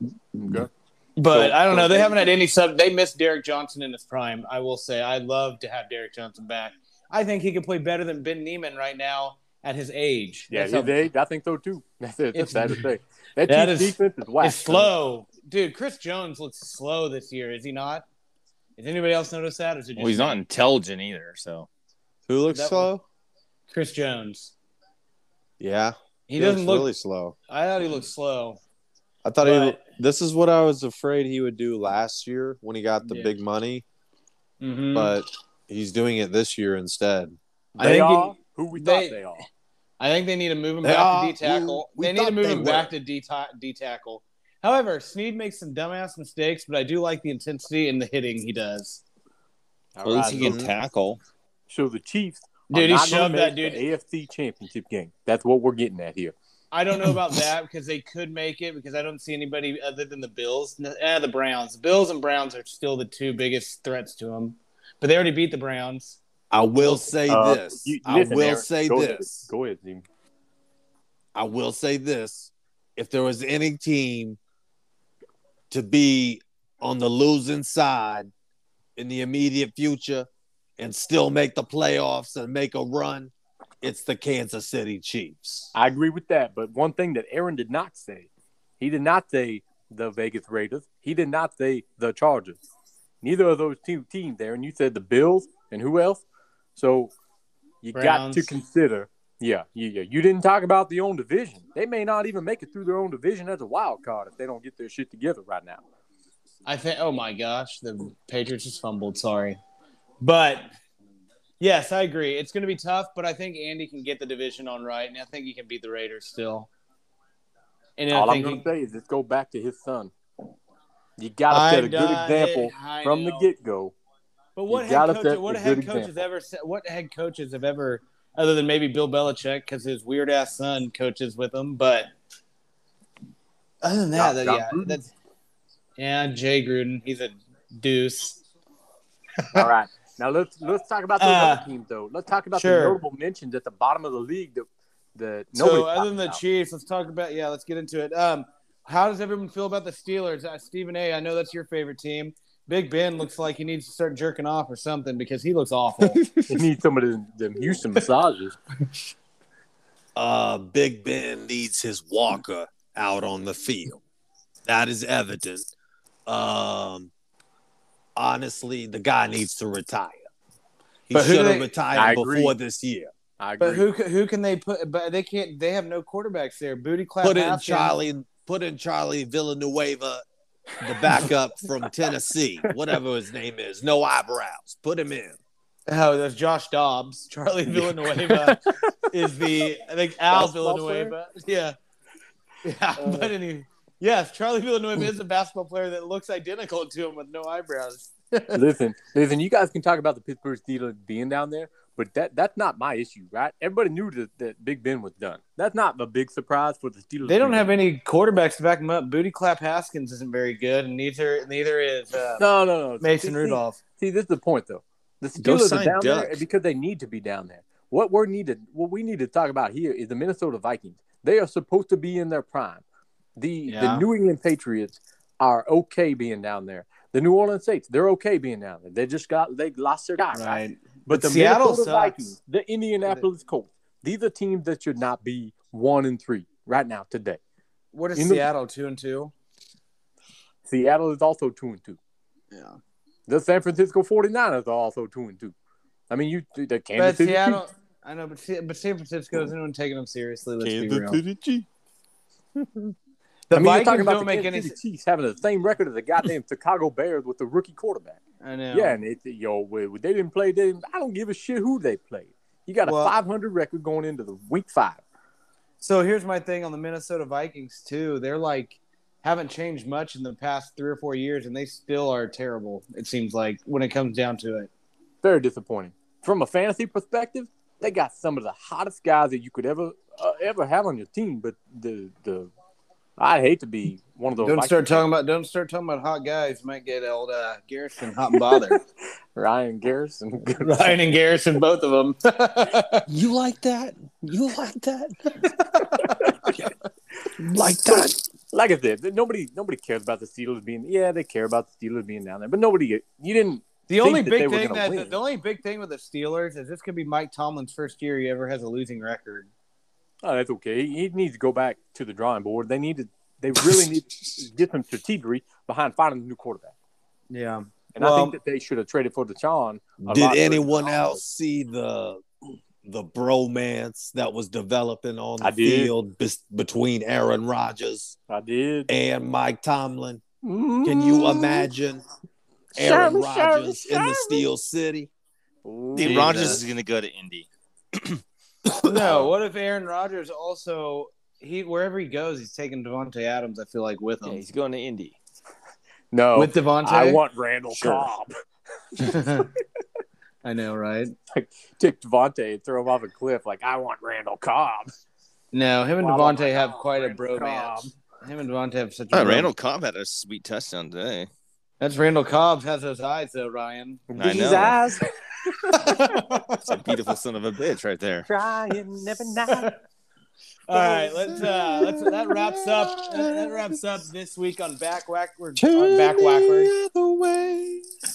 Okay. But So- I don't know. so- They haven't had any sub. They missed Derek Johnson in his prime. I will say, I'd love to have Derek Johnson back. I think he could play better than Ben Neiman right now at his age. Yeah, That's his how- age, I think so too. That's it. It's- That's sad to say. That, that Chiefs is- defense is whack. It's slow, dude. Chris Jones looks slow this year. Is he not? Has anybody else noticed that? Or is it just Well, he's me? not intelligent either. So who looks That slow? Chris Jones. Yeah. He doesn't looks look- really slow. I thought he looked slow. I thought he this is what I was afraid he would do last year when he got the Yeah. big money, Mhm. but he's doing it this year instead. I think he- who we they- thought they are. I think they need to move him They back are to D tackle. who we They need to thought move they him back to D ta- D tackle. However, Sneed makes some dumbass mistakes, but I do like the intensity and the hitting he does. Oh, at least he can tackle. So the Chiefs, Dude, are he not gonna shoved that dude. make The AFC Championship game. That's what we're getting at here. I don't know about that because they could make it because I don't see anybody other than the Bills. N- Eh, the Browns. The Bills and Browns are still the two biggest threats to them, but they already beat the Browns. I will say Uh, this. you- I listen, will Aaron, say go ahead. this. Go ahead, Jim. I will say this. If there was any team to be on the losing side in the immediate future and still make the playoffs and make a run, it's the Kansas City Chiefs. I agree with that. But one thing that Aaron did not say, he did not say the Vegas Raiders. He did not say the Chargers. Neither of those two teams, Aaron. You said the Bills and who else? So you got to Browns. consider. Yeah, yeah, yeah. You didn't talk about the own division. They may not even make it through their own division as a wild card if they don't get their shit together right now. I think. Oh my gosh, the Patriots just fumbled. Sorry, but yes, I agree. It's going to be tough, but I think Andy can get the division on right, and I think he can beat the Raiders still. And I All I'm think going he- to say is just go back to his son. You got I to set a good got it. example I from the know. get go. But what You head gotta coach? set What a head good coaches example. ever? said- What head coaches have ever, other than maybe Bill Belichick, because his weird ass son coaches with him. But other than that, Got- that- got yeah, Gruden. that's yeah. Jay Gruden, he's a deuce. [LAUGHS] All right. Now let's let's talk about those Uh, other teams though. Let's talk about sure. the notable mentions at the bottom of the league that that nobody. So other than the Chiefs, let's talk about yeah. Let's get into it. Um, how does everyone feel about the Steelers? Uh, Stephen A, I know that's your favorite team. Big Ben looks like he needs to start jerking off or something because he looks awful. [LAUGHS] you need some of them, them [LAUGHS] Houston massages. Uh, Big Ben needs his walker out on the field. That is evident. Um, honestly, the guy needs to retire. He But who should do have they- retired I agree. before this year. I but who ca- who can they put? But they can't. They have no quarterbacks there. Booty clap. put in Haskins. Charlie, put in Charlie Villanueva, the backup [LAUGHS] from Tennessee, whatever his name is. No eyebrows. Put him in. Oh, that's Josh Dobbs. Charlie Villanueva is the I think Al Basketball player? Villanueva. Yeah. Yeah, but anyway, yes, Charlie Villanueva is a basketball player that looks identical to him with no eyebrows. listen, listen. You guys can talk about the Pittsburgh Steelers being down there, but that that's not my issue, right? Everybody knew that, that Big Ben was done. That's not a big surprise for the Steelers. They don't being have any quarterbacks to back them up. Booty clap Haskins isn't very good, and neither neither is uh, No, no, no. Mason See- Rudolph. See, this is the point, though. The Go Steelers are sign down Dak. there because they need to be down there. What we're needed, what we need to talk about here is the Minnesota Vikings. They are supposed to be in their prime. The the Yeah. New England Patriots are okay being down there. The New Orleans Saints, they're okay being down there. They just got they lost their guys. Right. But But, the Seattle Minnesota sucks. Vikings, the Indianapolis Colts, these are teams that should not be one and three right now today. What is You know- Seattle two and two? Seattle is also two and two. Yeah. The San Francisco 49ers are also two and two. I mean, you the but Kansas City Chiefs. Seattle, I know, but, Se- but San Francisco isn't even taking them seriously. Let's be real. The I mean, Vikings you're talking about don't the make Kansas any City Chiefs having the same record as [LAUGHS] the goddamn Chicago Bears with the rookie quarterback. I Yeah, know. and it, yo, we- we- they didn't play. They didn't, I don't give a shit who they played. You got a Well- 500 record going into the week five. So here's my thing on the Minnesota Vikings too. They're like haven't changed much in the past three or four years, and they still are terrible. It seems like when it comes down to it, very disappointing. From a fantasy perspective, they got some of the hottest guys that you could ever uh, ever have on your team. But the the I hate to be one of those. Don't start Vikings talking about don't start talking about hot guys. You might get old uh, Garrison hot [LAUGHS] and bothered. Ryan [LAUGHS] Garrison. Ryan and Garrison, both of them. You like that? You like that? like that. Like I said, nobody nobody cares about the Steelers being. Yeah, they care about the Steelers being down there, but nobody. You didn't. The think only that big they were thing gonna that win. the only big thing with the Steelers is this could be Mike Tomlin's first year he ever has a losing record. Oh, that's okay. He he needs to go back to the drawing board. They need to. They really need to get some strategy behind finding a new quarterback. Yeah. And I think that they should have traded for Deshaun. a Did lot for anyone Deshaun. else see the the bromance that was developing on the I did. field bes- between Aaron Rodgers I did and Mike Tomlin? Can you imagine Aaron Mm-hmm. Shirley, Shirley, Rodgers in the Steel City? Dude, Dude, Rogers uh, is gonna go to Indy. [LAUGHS] No, what if Aaron Rodgers also he wherever he goes, he's taking Devontae Adams. I feel like with him. he's going to Indy. No, with Devontae. I want Randall Sure. Cobb. [LAUGHS] I know, right? Like, take Devontae and throw him off a cliff. Like I want Randall Cobb. No, him and Well, I want Devontae have quite a Randall bromance. Him and Devontae have such a Oh, bro- Randall Cobb had a sweet touchdown today. That's Randall Cobb has those eyes though, Ryan. I These know. [LAUGHS] eyes It's a beautiful son of a bitch right there. crying never night. All right, let's uh let's that wraps up that, that wraps up this week on back backward on back backward.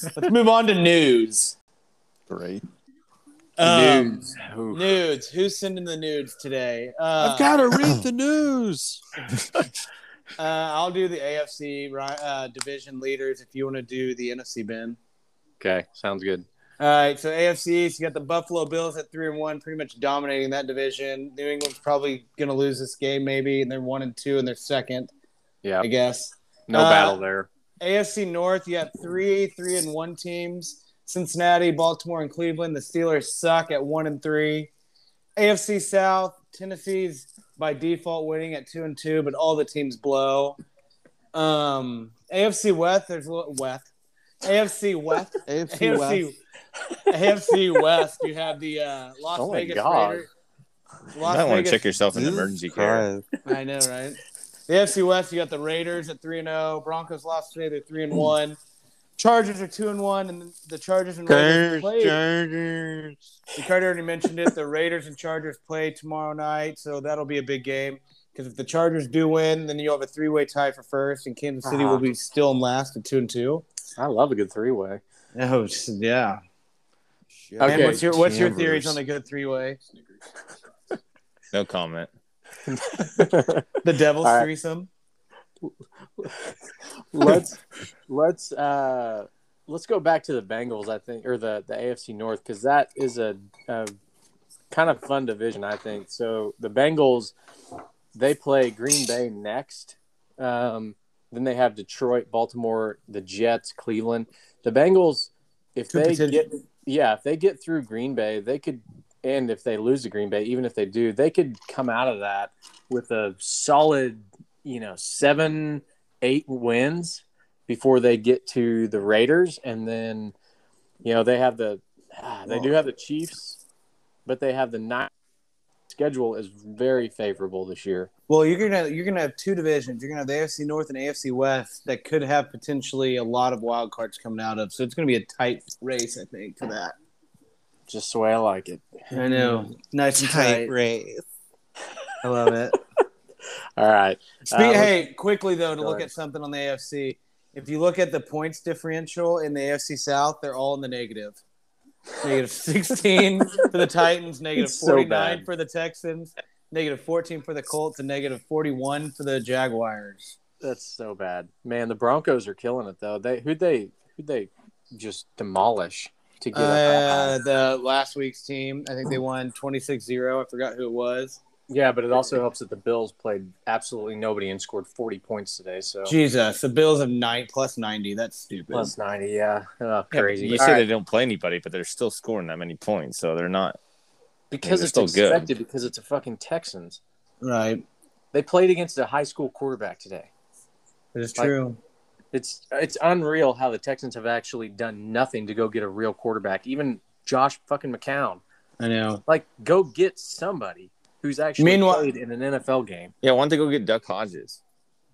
Let's move on to news. Great. Um, News. Nudes. Who's sending the nudes today? Uh, I've [COUGHS] got to read the news. Uh, I'll do the AFC ri- uh, division leaders if you want to do the NFC, Ben. Okay, sounds good. All right, so AFC, so you got the Buffalo Bills at three and one, pretty much dominating that division. New England's probably going to lose this game, maybe, and they're one and two, and they're second, Yeah, I guess. no Uh, battle there. AFC North, you got three three and one teams: Cincinnati, Baltimore, and Cleveland. The Steelers suck at one and three. AFC South, Tennessee's by default winning at two and two, but all the teams blow. Um, AFC West, there's a little West. AFC West, AFC West. AFC West, you have the uh, Las Oh my Vegas God. Raiders. You might want to check yourself in emergency care. I know, right? The AFC West, you got the Raiders at three and zero. Broncos lost today; they're Hmm. three and one. Chargers are two and one, and the Chargers and Raiders play. Ricardo already mentioned it. The Raiders and Chargers play tomorrow night, so that'll be a big game. Because if the Chargers do win, then you'll have a three-way tie for first, and Kansas City Uh-huh. will be still in last at two and two. I love a good three way. Oh it's- yeah. Okay. And what's your what's your theories Chambers. on a good three-way? No comment. The Devils All right. threesome. [LAUGHS] let's let's uh let's go back to the Bengals, I think, or the the AFC North because that is a, a kind of fun division, I think. So the Bengals they play Green Bay next. Um, then they have Detroit, Baltimore, the Jets, Cleveland. The Bengals, if Two they potential- get yeah, if they get through Green Bay, they could, and if they lose to Green Bay, even if they do, they could come out of that with a solid, you know, seven, eight wins before they get to the Raiders, and then, you know, they have the, ah, they do have the Chiefs, but they have the nine schedule is very favorable this year. Well, you're gonna you're gonna have two divisions. You're gonna have the AFC North and AFC West that could have potentially a lot of wild cards coming out of. So it's gonna be a tight race, I think, for that. Just the way I like it. I know, nice and tight, Tight race. I love it. All right. Uh, Spe- hey, quickly though, to look at something on the AFC. If you look at the points differential in the AFC South, they're all in the negative. [LAUGHS] Negative 16 for the Titans, negative It's so 49 bad. for the Texans, negative 14 for the Colts, and negative 41 for the Jaguars. That's so bad. Man, the Broncos are killing it though. They who they who they just demolish to get up that high. Uh, the last week's team, I think they won 26 0. I forgot who it was. Yeah, but it also helps that the Bills played absolutely nobody and scored 40 points today. So Jesus, the Bills have nine plus 90. That's stupid. Oh. Plus 90, yeah. Oh, Yeah, crazy. You All say right. they don't play anybody, but they're still scoring that many points, so they're not. because they're it's still good. expected because it's a fucking Texans. Right. They played against a high school quarterback today. It's Like- true. It's it's unreal how the Texans have actually done nothing to go get a real quarterback. Even Josh fucking McCown. I know. Like go get somebody who's actually Meanwhile- played in an NFL game. Yeah, why don't they go get Duck Hodges?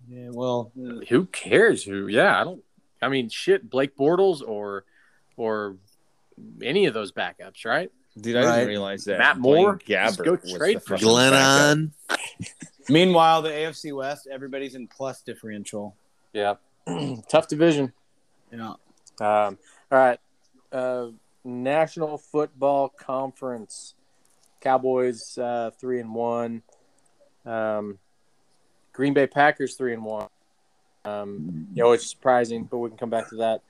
Yeah, well, Who cares who? Yeah, I don't I mean shit, Blake Bortles or or any of those backups, right? Dude, I didn't Right. realize that Matt Moore, Blaine just Gabbert go was trade the for fucking Glennon. backup. Meanwhile, the AFC West, everybody's in plus differential. Yeah. [CLEARS THROAT] Tough division. Yeah. Um, all right. Uh, National Football Conference. Cowboys uh, three and one. Um, Green Bay Packers three and one. Um, you know, it's surprising, but we can come back to that.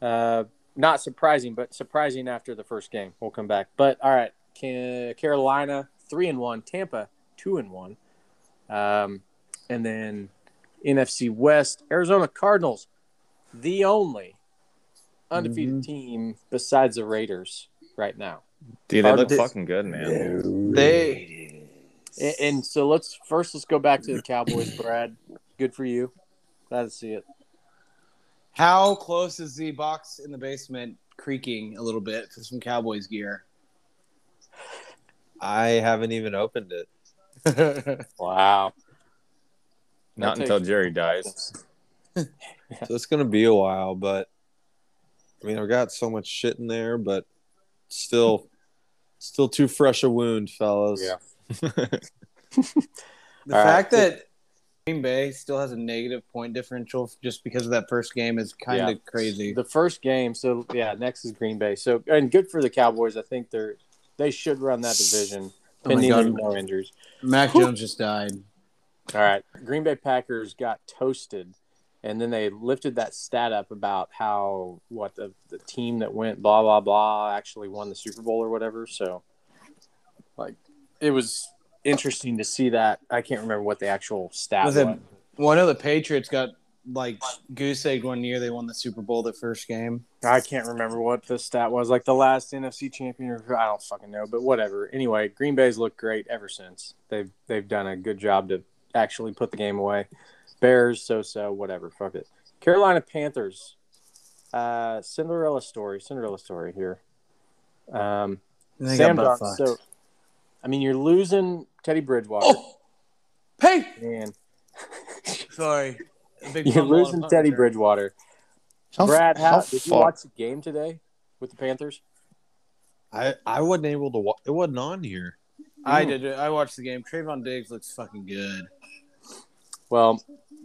Uh, not surprising, but surprising after the first game. We'll come back. But all right, Ca- Carolina three and one. Tampa two and one. Um, and then NFC West, Arizona Cardinals, the only undefeated team besides the Raiders right now. Dude, they look Cardinals. fucking good, man. They and, and so let's first let's go back to the Cowboys, Brad. Good for you. Glad to see it. How close is the box in the basement creaking a little bit for some Cowboys gear? I haven't even [LAUGHS] opened it. Wow. Not I'll until take- Jerry dies. So it's gonna be a while, but I mean, I've got so much shit in there, but still, still too fresh a wound, fellas. Yeah. The All right. fact that Green Bay still has a negative point differential just because of that first game is kind Yeah. of crazy. The first game, so yeah, next is Green Bay. So and good for the Cowboys. I think they're they should run that division Oh my pending God. no injuries. Mac Whew. Jones just died. All right. Green Bay Packers got toasted, and then they lifted that stat up about how what the, the team that went blah blah blah actually won the Super Bowl or whatever. So, like, it was interesting to see that. I can't remember what the actual stat was. Was it- Well, I know the Patriots got like goose egg one year. They won the Super Bowl the first game. I can't remember what the stat was. Like the last NFC champion, or I don't fucking know, but whatever. Anyway, Green Bay's looked great ever since. They've they've done a good job to actually put the game away. Bears, so so, whatever. Fuck it. Carolina Panthers. Uh, Cinderella story. Cinderella story here. Um, And they Sam got butt Darnold, fucked. So, I mean, you're losing Teddy Bridgewater. Oh! Hey, Man, sorry. A big you're fumble on a losing punt Teddy return. Bridgewater. How- Brad, how, how did you fuck- watch the game today with the Panthers? I I wasn't able to. Wa- it wasn't on here. I did. it. I watched the game. Trayvon Diggs looks fucking good. Well,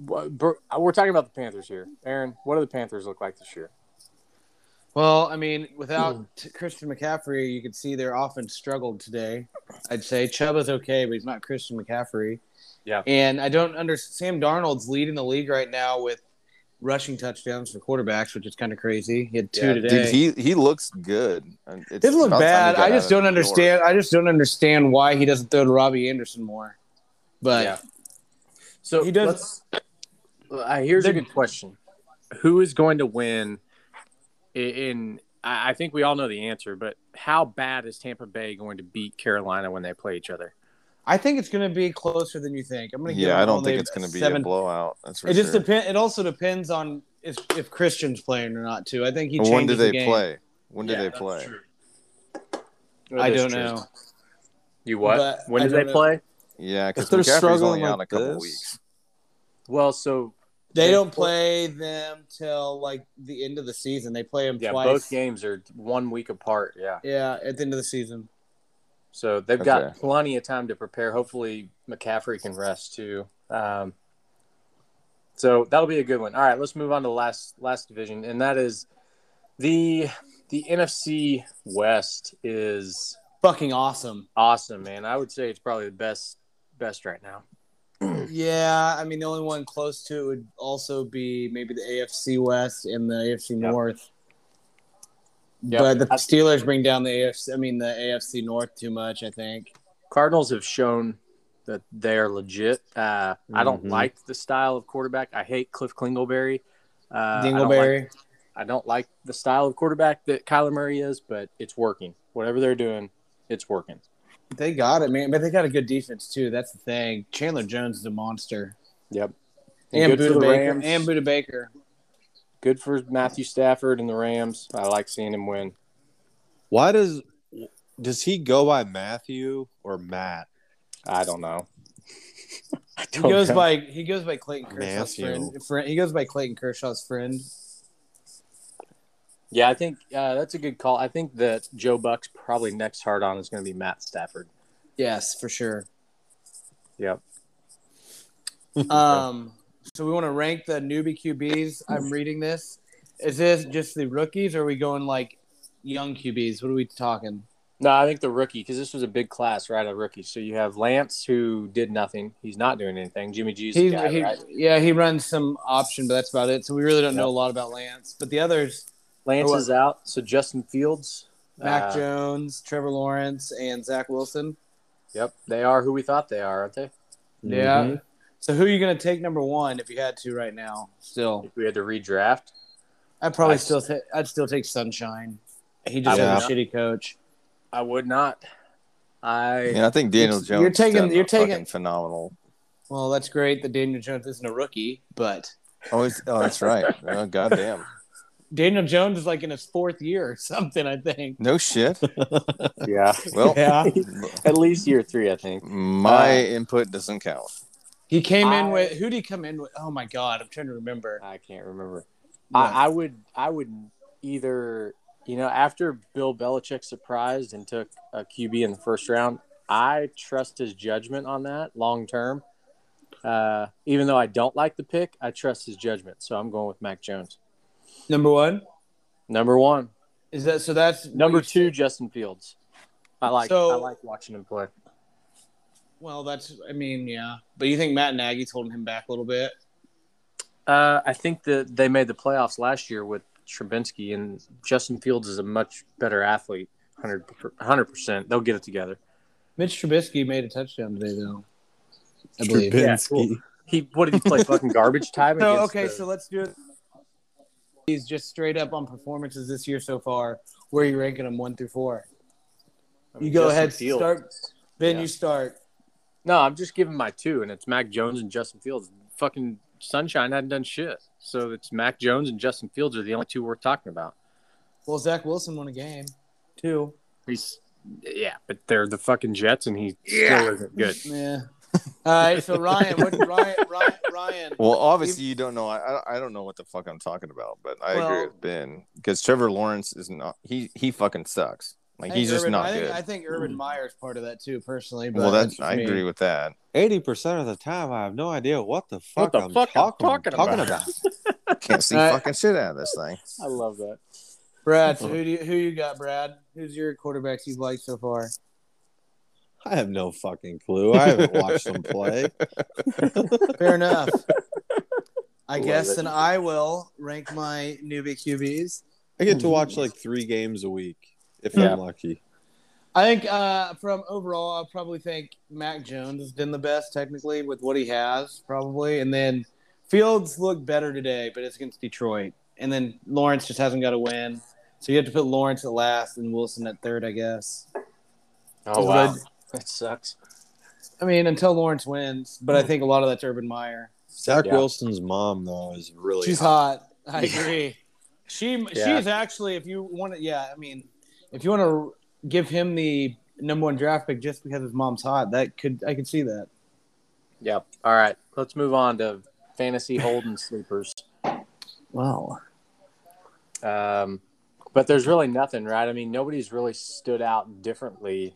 wh- br- we're talking about the Panthers here. Aaron, what do the Panthers look like this year? Well, I mean, Hmm. without t- Christian McCaffrey, you could see their offense struggled today. I'd say Chubb is okay, but he's not Christian McCaffrey. Yeah. And I don't understand. Sam Darnold's leading the league right now with rushing touchdowns for quarterbacks, which is kind of crazy. He had two Yeah, today. Dude, he he looks good. And It's doesn't look about time he bad. got I out just of don't New York. understand. I just don't understand why he doesn't throw to Robbie Anderson more. But Yeah. So He does- let's- Uh, here's a They're- good question: Who is going to win? i- In I I think we all know the answer, but how bad is Tampa Bay going to beat Carolina when they play each other? I think it's going to be closer than you think. I'm going to. Yeah, I don't think it's going to be a blowout. That's for It just sure. depend. It also depends on if, if Christian's playing or not too. I think he. But Changes when do the they game. play? When do Yeah, they that's play? I That is don't true. know. You what? But when I do they don't know. play? Yeah, because If they're McCaffrey's struggling only out a like couple this- weeks. Well, so They They don't pl- play them till like the end of the season. They play them yeah, twice. both games are one week apart. Yeah. Yeah, at the end of the season. So they've got Okay. plenty of time to prepare. Hopefully, McCaffrey can rest too. Um, so that'll be a good one. All right, let's move on to the last last division, and that is the the NFC West is fucking awesome. [CLEARS THROAT] Awesome, man. I would say it's probably the best best right now. yeah, I mean the only one close to it would also be maybe the AFC West and the AFC North. Yep. But the Steelers bring down the AFC. I mean the AFC North too much. I think. Cardinals have shown that they're legit. Uh, I don't Mhm. like the style of quarterback. I hate Cliff Klingleberry. Uh, I don't, Dingleberry. like, I don't like the style of quarterback that Kyler Murray is, but it's working. Whatever they're doing, it's working. They got it, man. But they got a good defense too. That's the thing. Chandler Jones is a monster. Yep. And, good for Buda the Baker. Rams. And Buda [LAUGHS] Baker. Good for Matthew Stafford and the Rams. I like seeing him win. Why does does he go by Matthew or Matt? I don't know. He goes by he goes by Clayton Kershaw's Matthew. friend, friend. He goes by Clayton Kershaw's friend. Yeah, I think uh, that's a good call. I think that Joe Buck's probably next hard on is going to be Matt Stafford. Yes, for sure. Yep. [LAUGHS] Um, so we want to rank the newbie QBs. I'm reading this. Is this just the rookies, or are we going like young QBs? What are we talking? No, I think the rookie because this was a big class, right? A rookie. So you have Lance who did nothing. He's not doing anything. Jimmy G's the He's- guy, he- right? Yeah, he runs some option, but that's about it. So we really don't know Yep. a lot about Lance. But the others, Lance Or what? is out. So Justin Fields, Mac uh, Jones, Trevor Lawrence, and Zach Wilson. Yep, they are who we thought they are, aren't they? Mhm. Yeah. So who are you going to take number one if you had to right now? Still, if we had to redraft, I'd probably I- still take. I'd still take Sunshine. He I just would had a not. shitty coach. I would not. I Yeah, I think Daniel Jones. You're taking. done You're a fucking taking. phenomenal. Well, that's great that Daniel Jones isn't a rookie, but Oh, it's, oh [LAUGHS] that's right. Oh, goddamn. Daniel Jones is like in his fourth year or [LAUGHS] something. I think. [LAUGHS] No shit. yeah. Well, Yeah. at least year three, I think. My Uh, input doesn't count. He came in I- with who did he come in with? Oh my god, I'm trying to remember. I can't remember. No. I, I would I would either you know after Bill Belichick surprised and took a QB in the first round, I trust his judgment on that long term. Uh, even though I don't like the pick, I trust his judgment, so I'm going with Mac Jones. Number one Number one, is that so? That's number two, Justin Fields. I like So- I like watching him play. Well, that's. I mean, yeah. But you think Matt Nagy's holding him back a little bit? Uh, I think that they made the playoffs last year with Trubinsky, and Justin Fields is a much better athlete. 100 percent. They'll get it together. Mitch Trubisky made a touchdown today, though. I believe. Yeah, cool. He what did he play? fucking garbage time. So, against okay, the- so let's do it. He's just straight up on performances this year so far. Where are you ranking them one through four? I You mean, go Justin ahead, Fields. start. Ben, Yeah. you start. No, I'm just giving my two, and it's Mac Jones and Justin Fields. Fucking Sunshine hadn't done shit, so it's Mac Jones and Justin Fields are the only two worth talking about. Well, Zach Wilson won a game, too. He's yeah, but they're the fucking Jets, and he still isn't good. Yeah. [LAUGHS] All right, so Ryan, what, Ryan, Ryan, Ryan. Well, obviously you don't know. I I- I don't know what the fuck I'm talking about, but I Well- agree with Ben because Trevor Lawrence is not. He he fucking sucks. Like I he's think just Urban- not I think, good. I think Urban Meyer's part of that too, personally. But well, that's, that's I just me. agree with that. Eighty percent of the time, I have no idea what the fuck, the I'm, fuck I'm talking, talking talking about. about. [LAUGHS] Can't see Uh, fucking shit out of this thing. I love that. Brad, so who do you, who you got, Brad? Who's your quarterbacks you've liked so far? [LAUGHS] I have no fucking clue. I haven't watched them play. [LAUGHS] Fair [LAUGHS] enough. I Love guess it. then I will rank my newbie QBs. I get to watch like three games a week if Yeah. I'm lucky. I think uh, from overall, I probably think Mac Jones has been the best technically with what he has, probably, and then Fields looked better today, but it's against Detroit, and then Lawrence just hasn't got a win, so you have to put Lawrence at last and Wilson at third, I guess. Oh But I- wow, that sucks. I mean, until Lawrence wins, but I think a lot of that's Urban Meyer. Zach Yeah. Wilson's mom though is really She's hot. hot. I agree. She Yeah. she's actually if you want to yeah I mean if you want to give him the number one draft pick just because his mom's hot that could I could see that. Yep. All right, let's move on to fantasy holding sleepers. Wow. Um, but there's really nothing, right? I mean, nobody's really stood out differently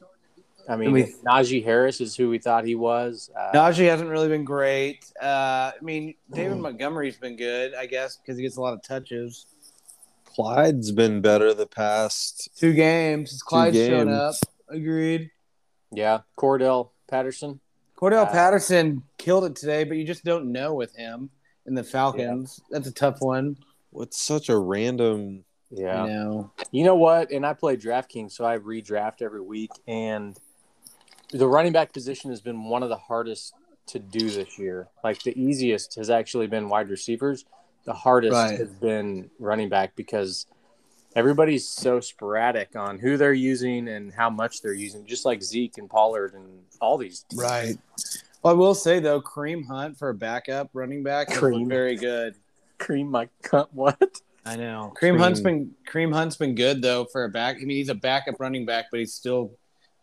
I mean, mean- Najee Harris is who we thought he was. Uh, Najee hasn't really been great. Uh, I mean, David Montgomery's been good, I guess, because he gets a lot of touches. Clyde's been better the past two games. Since Clyde showed up. Agreed. Yeah, Cordell Patterson. Cordell Uh, Patterson killed it today, but you just don't know with him and the Falcons. That's a tough one. What's such a random? Yeah. I know. You know what? And I play DraftKings, so I redraft every week. And the running back position has been one of the hardest to do this year. Like the easiest has actually been wide receivers. The hardest Right. has been running back because everybody's so sporadic on who they're using and how much they're using, just like Zeke and Pollard and all these. Right. Well, I will say though, Kareem Hunt for a backup running back has Kareem. looked very good. [LAUGHS] Cream my cunt. What? I know. Kareem, Hunt's been Kareem Hunt's been good though for a back. I mean, he's a backup running back, but he's still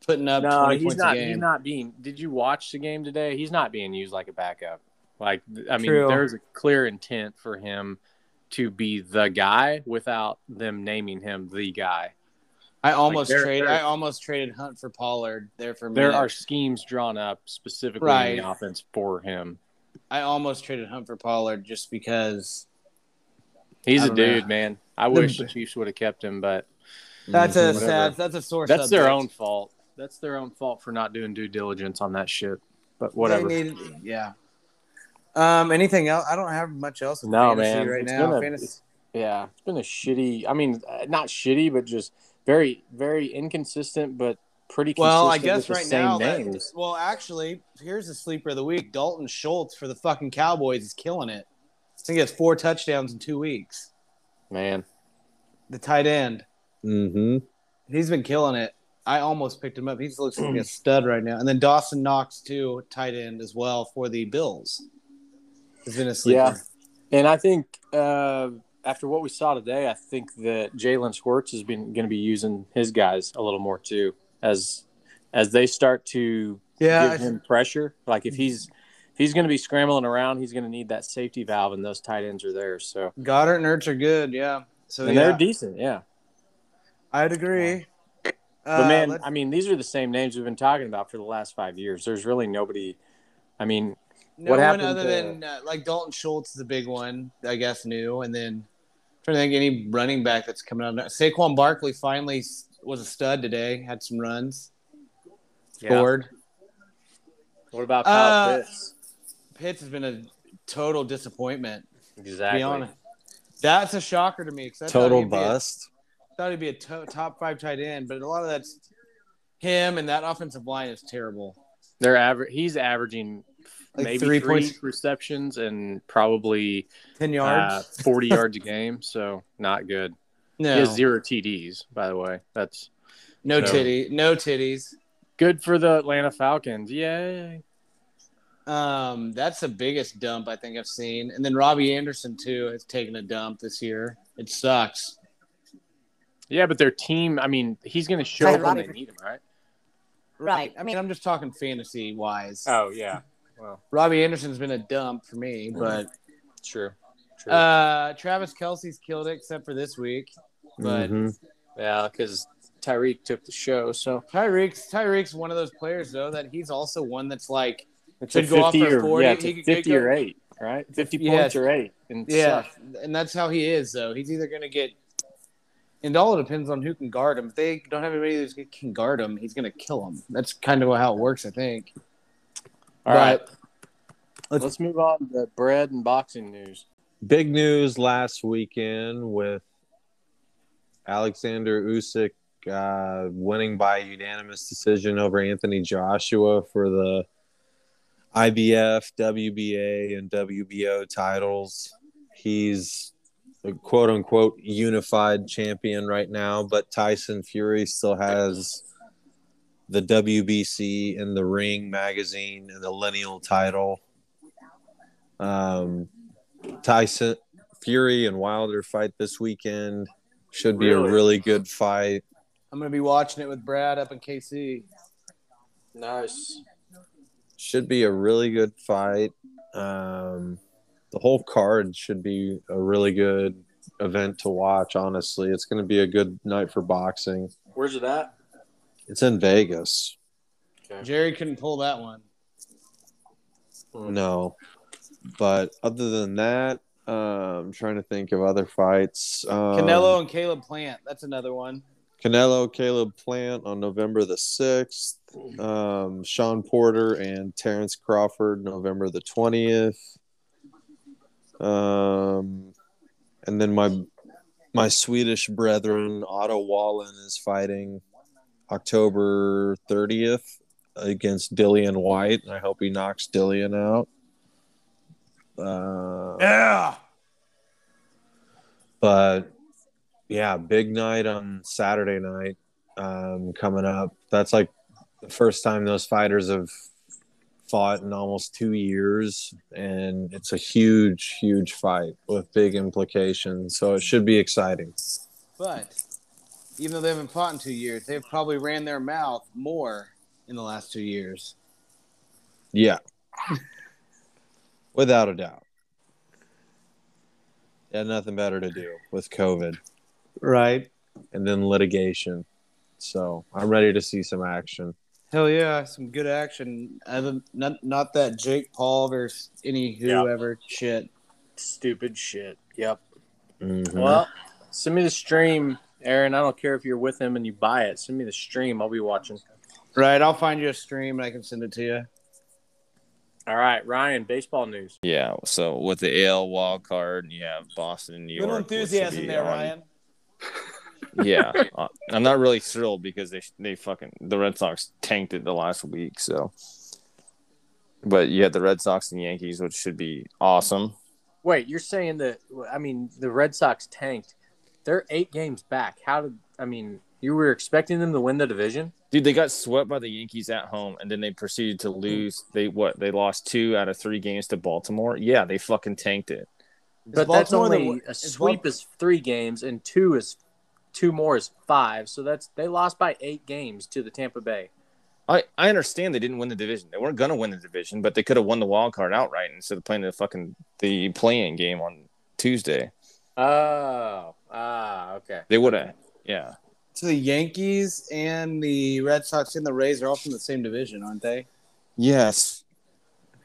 putting up No, twenty he's points not. a game. He's not being. Did you watch the game today? He's not being used like a backup. Like th- I mean, True. there's a clear intent for him to be the guy without them naming him the guy. I almost Like, there- traded. there- I almost traded Hunt for Pollard there for me. There are schemes drawn up specifically in the Right. offense for him. I almost traded Hunt for Pollard just because He's I a don't know. dude, man. I The- wish the Chiefs would have kept him, but That's a Whatever. sad. That's a sore. that's their subject. own fault. That's their own fault for not doing due diligence on that shit. But whatever. They need- yeah. Um. Anything else? I don't have much else. in No, fantasy man. Right It's now, been a- fantasy. Yeah, it's been a shitty. I mean, uh, not shitty, but just very, very inconsistent, but pretty. Consistent Well, I guess with the right same now. that- names. well, actually, here's the sleeper of the week. Dalton Schultz for the fucking Cowboys is killing it. I think he has four touchdowns in two weeks. Man, The tight end. Mm-hmm. He's been killing it. I almost picked him up. He looks like a stud right now. And then Dawson Knox too, tight end as well for the Bills. Has been a sleeper. yeah, and I think uh, after what we saw today, I think that Jalen Squirts has been going to be using his guys a little more too, as as they start to Yeah, give I- Mm-hmm. him pressure. Like if he's if he's going to be scrambling around, he's going to need that safety valve, and those tight ends are there. So Goddard and Ertz are good. Yeah. So and Oh, yeah, they're decent. Yeah. I'd agree. But Uh, man, let's- I mean, these are the same names we've been talking about for the last five years. There's really nobody. I mean, no what one happened? other to- than uh, like Dalton Schultz is a big one, I guess, new. And then trying to think any running back that's coming out. Saquon Barkley finally s- was a stud today. Had some runs, Yeah. scored. What about Kyle Uh, Pitts? Pitts has been a total disappointment. To Exactly. be honest, that's a shocker to me. 'cause I thought Total he'd be a- bust. thought he'd be a to- top five tight end, but a lot of that's him and that offensive line is terrible. They're aver- He's averaging Like maybe three three, points- receptions and probably Ten uh, yards. [LAUGHS] forty yards a game. So not good. No. He has zero TDs, by the way. That's No so, titty, no titties. Good for the Atlanta Falcons. Yay. Um, that's the biggest dump I think I've seen. And then Robbie Anderson too has taken a dump this year. It sucks. Yeah, but their team. I mean, he's going to show Hey, up when Robbie- they need him, right? Right. I mean, I'm just talking fantasy wise. Oh yeah. Well, Mm-hmm. Robbie Anderson's been a dump for me, but true. True. uh, Travis Kelsey's killed it except for this week. But Yeah, because Tyreek took the show. So Tyreek's Tyreek's one of those players though that he's also one that's like it's could a go off 50 for or, 40. yeah, it's a He could- 50 could go- or 8, right? 50 Yeah. points or 8. And Yeah, suck. and that's how he is, though. He's either going to get, and all depends on who can guard him. If they don't have anybody who can guard him, he's going to kill him. That's kind of how it works, I think. But- All right. Let's, move on to bread and boxing news. Big news last weekend with Alexander Usyk uh, winning by unanimous decision over Anthony Joshua for the IBF, WBA, and WBO titles. He's a quote unquote unified champion right now, but Tyson Fury still has the WBC and the Ring magazine and the lineal title. Um, Tyson Fury and Wilder fight this weekend should be Really? a really good fight. I'm going to be watching it with Brad up in KC. Nice. Should be a really good fight. Um, the whole card should be a really good event to watch. Honestly, it's going to be a good night for boxing. Where's it at? It's in Vegas. Okay. Jerry couldn't pull that one. Hmm. No. But other than that, uh, I'm trying to think of other fights. Um, Uh, Canelo and Caleb Plant. That's another one. Canelo, Caleb Plant on November the 6th. Um, Sean Porter and Terrence Crawford, November the 20th. Um, and then my my Swedish brethren, Otto Wallen, is fighting October 30th against Dillian White. I hope he knocks Dillian out. Uh, yeah. But yeah, big night on Saturday night um, coming up. That's like the first time those fighters have fought in almost two years, and it's a huge, huge fight with big implications. So it should be exciting. But even though they haven't fought in two years, they've probably ran their mouth more in the last two years. Yeah, without a doubt. Yeah, nothing better to do with COVID. Right. and then litigation. So I'm ready to see some action. Hell yeah, some good action. I haven't not, not that Jake Paul versus any whoever shit. Stupid shit. Yep. Mhm. Well, send me the stream, Aaron. I don't care if you're with him and you buy it. Send me the stream. I'll be watching. Right, I'll find you a stream and I can send it to you. All right, Ryan. Baseball news. Yeah. So with the AL wild card, you have Boston, and New York. Little which will enthusiasm be there, on- Ryan. Yeah, uh, I'm not really thrilled because they they fucking the Red Sox tanked it the last week. So, but you have the Red Sox and Yankees, which should be awesome. Wait, you're saying that? I mean, the Red Sox tanked. They're eight games back. How did? I mean, you were expecting them to win the division. Dude, they got swept by the Yankees at home, and then they proceeded to lose. They what? They lost two out of three games to Baltimore. Yeah, they fucking tanked it. But that's Baltimore the only wor- a is sweep is three games, and two is two more is five. So that's they lost by eight games to the Tampa Bay. I, I understand they didn't win the division. They weren't gonna win the division, but they could have won the wild card outright instead of playing the fucking the playing game on Tuesday. Oh, ah, okay. They would have. Yeah. So the Yankees and the Red Sox and the Rays are all from the same division, aren't they? Yes.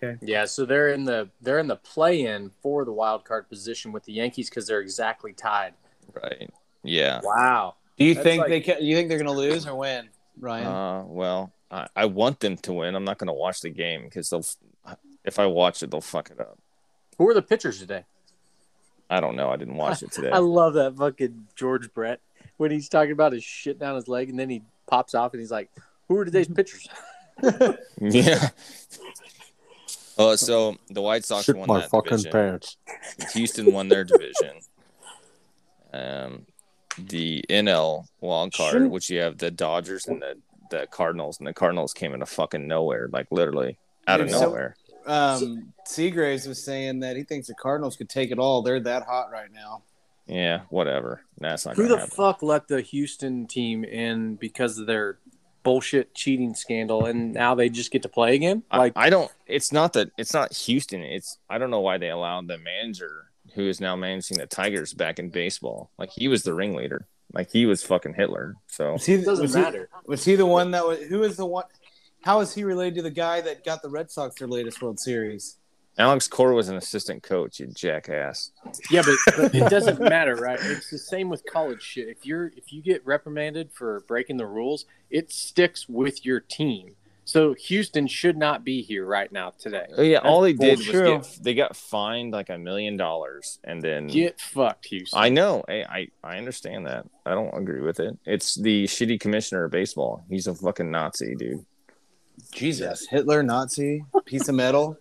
Okay. Yeah, so they're in the they're in the play in for the wild card position with the Yankees because they're exactly tied. Right. Yeah. Wow. Do you That's think like- they can, you think they're going to lose or win, Ryan? Uh, well, I, I want them to win. I'm not gonna watch the game because they'll f- if I watch it, they'll fuck it up. Who are the pitchers today? I don't know. I didn't watch it today. [LAUGHS] I love that fucking George Brett when he's talking about his shit down his leg and then he pops off and he's like, "Who are [LAUGHS] today's pitchers?" [LAUGHS] yeah. Uh, so the White Sox Shit won my that fucking division. pants. Houston won their division. Um, the NL wild card, Shouldn't- which you have the Dodgers and the, the Cardinals, and the Cardinals came out of fucking nowhere, like literally out of Dude, so- nowhere. Um, Seagraves was saying that he thinks the Cardinals could take it all. They're that hot right now. Yeah, whatever. That's not Who gonna the happen. fuck let the Houston team in because of their bullshit cheating scandal, and now they just get to play again? I- I, don't. It's not that. It's not Houston. It's I don't know why they allowed the manager who is now managing the Tigers back in baseball. Like he was the ringleader. Like he was fucking Hitler. So Was he, was he- was he the one that was? Who is the one? How is he related to the guy that got the Red Sox their latest World Series? Alex Cora was an assistant coach. You jackass. Yeah, but, but it doesn't matter, right? It's the same with college shit. If you're if you get reprimanded for breaking the rules, it sticks with your team. So Houston should not be here right now today. Oh, yeah, all they did That's was bullshit. get, they got fined like a million dollars, and then Get fucked, Houston. I know. I, I I understand that. I don't agree with it. It's the shitty commissioner of baseball. He's a fucking Nazi, dude. Jesus, Hitler, Nazi, piece of metal.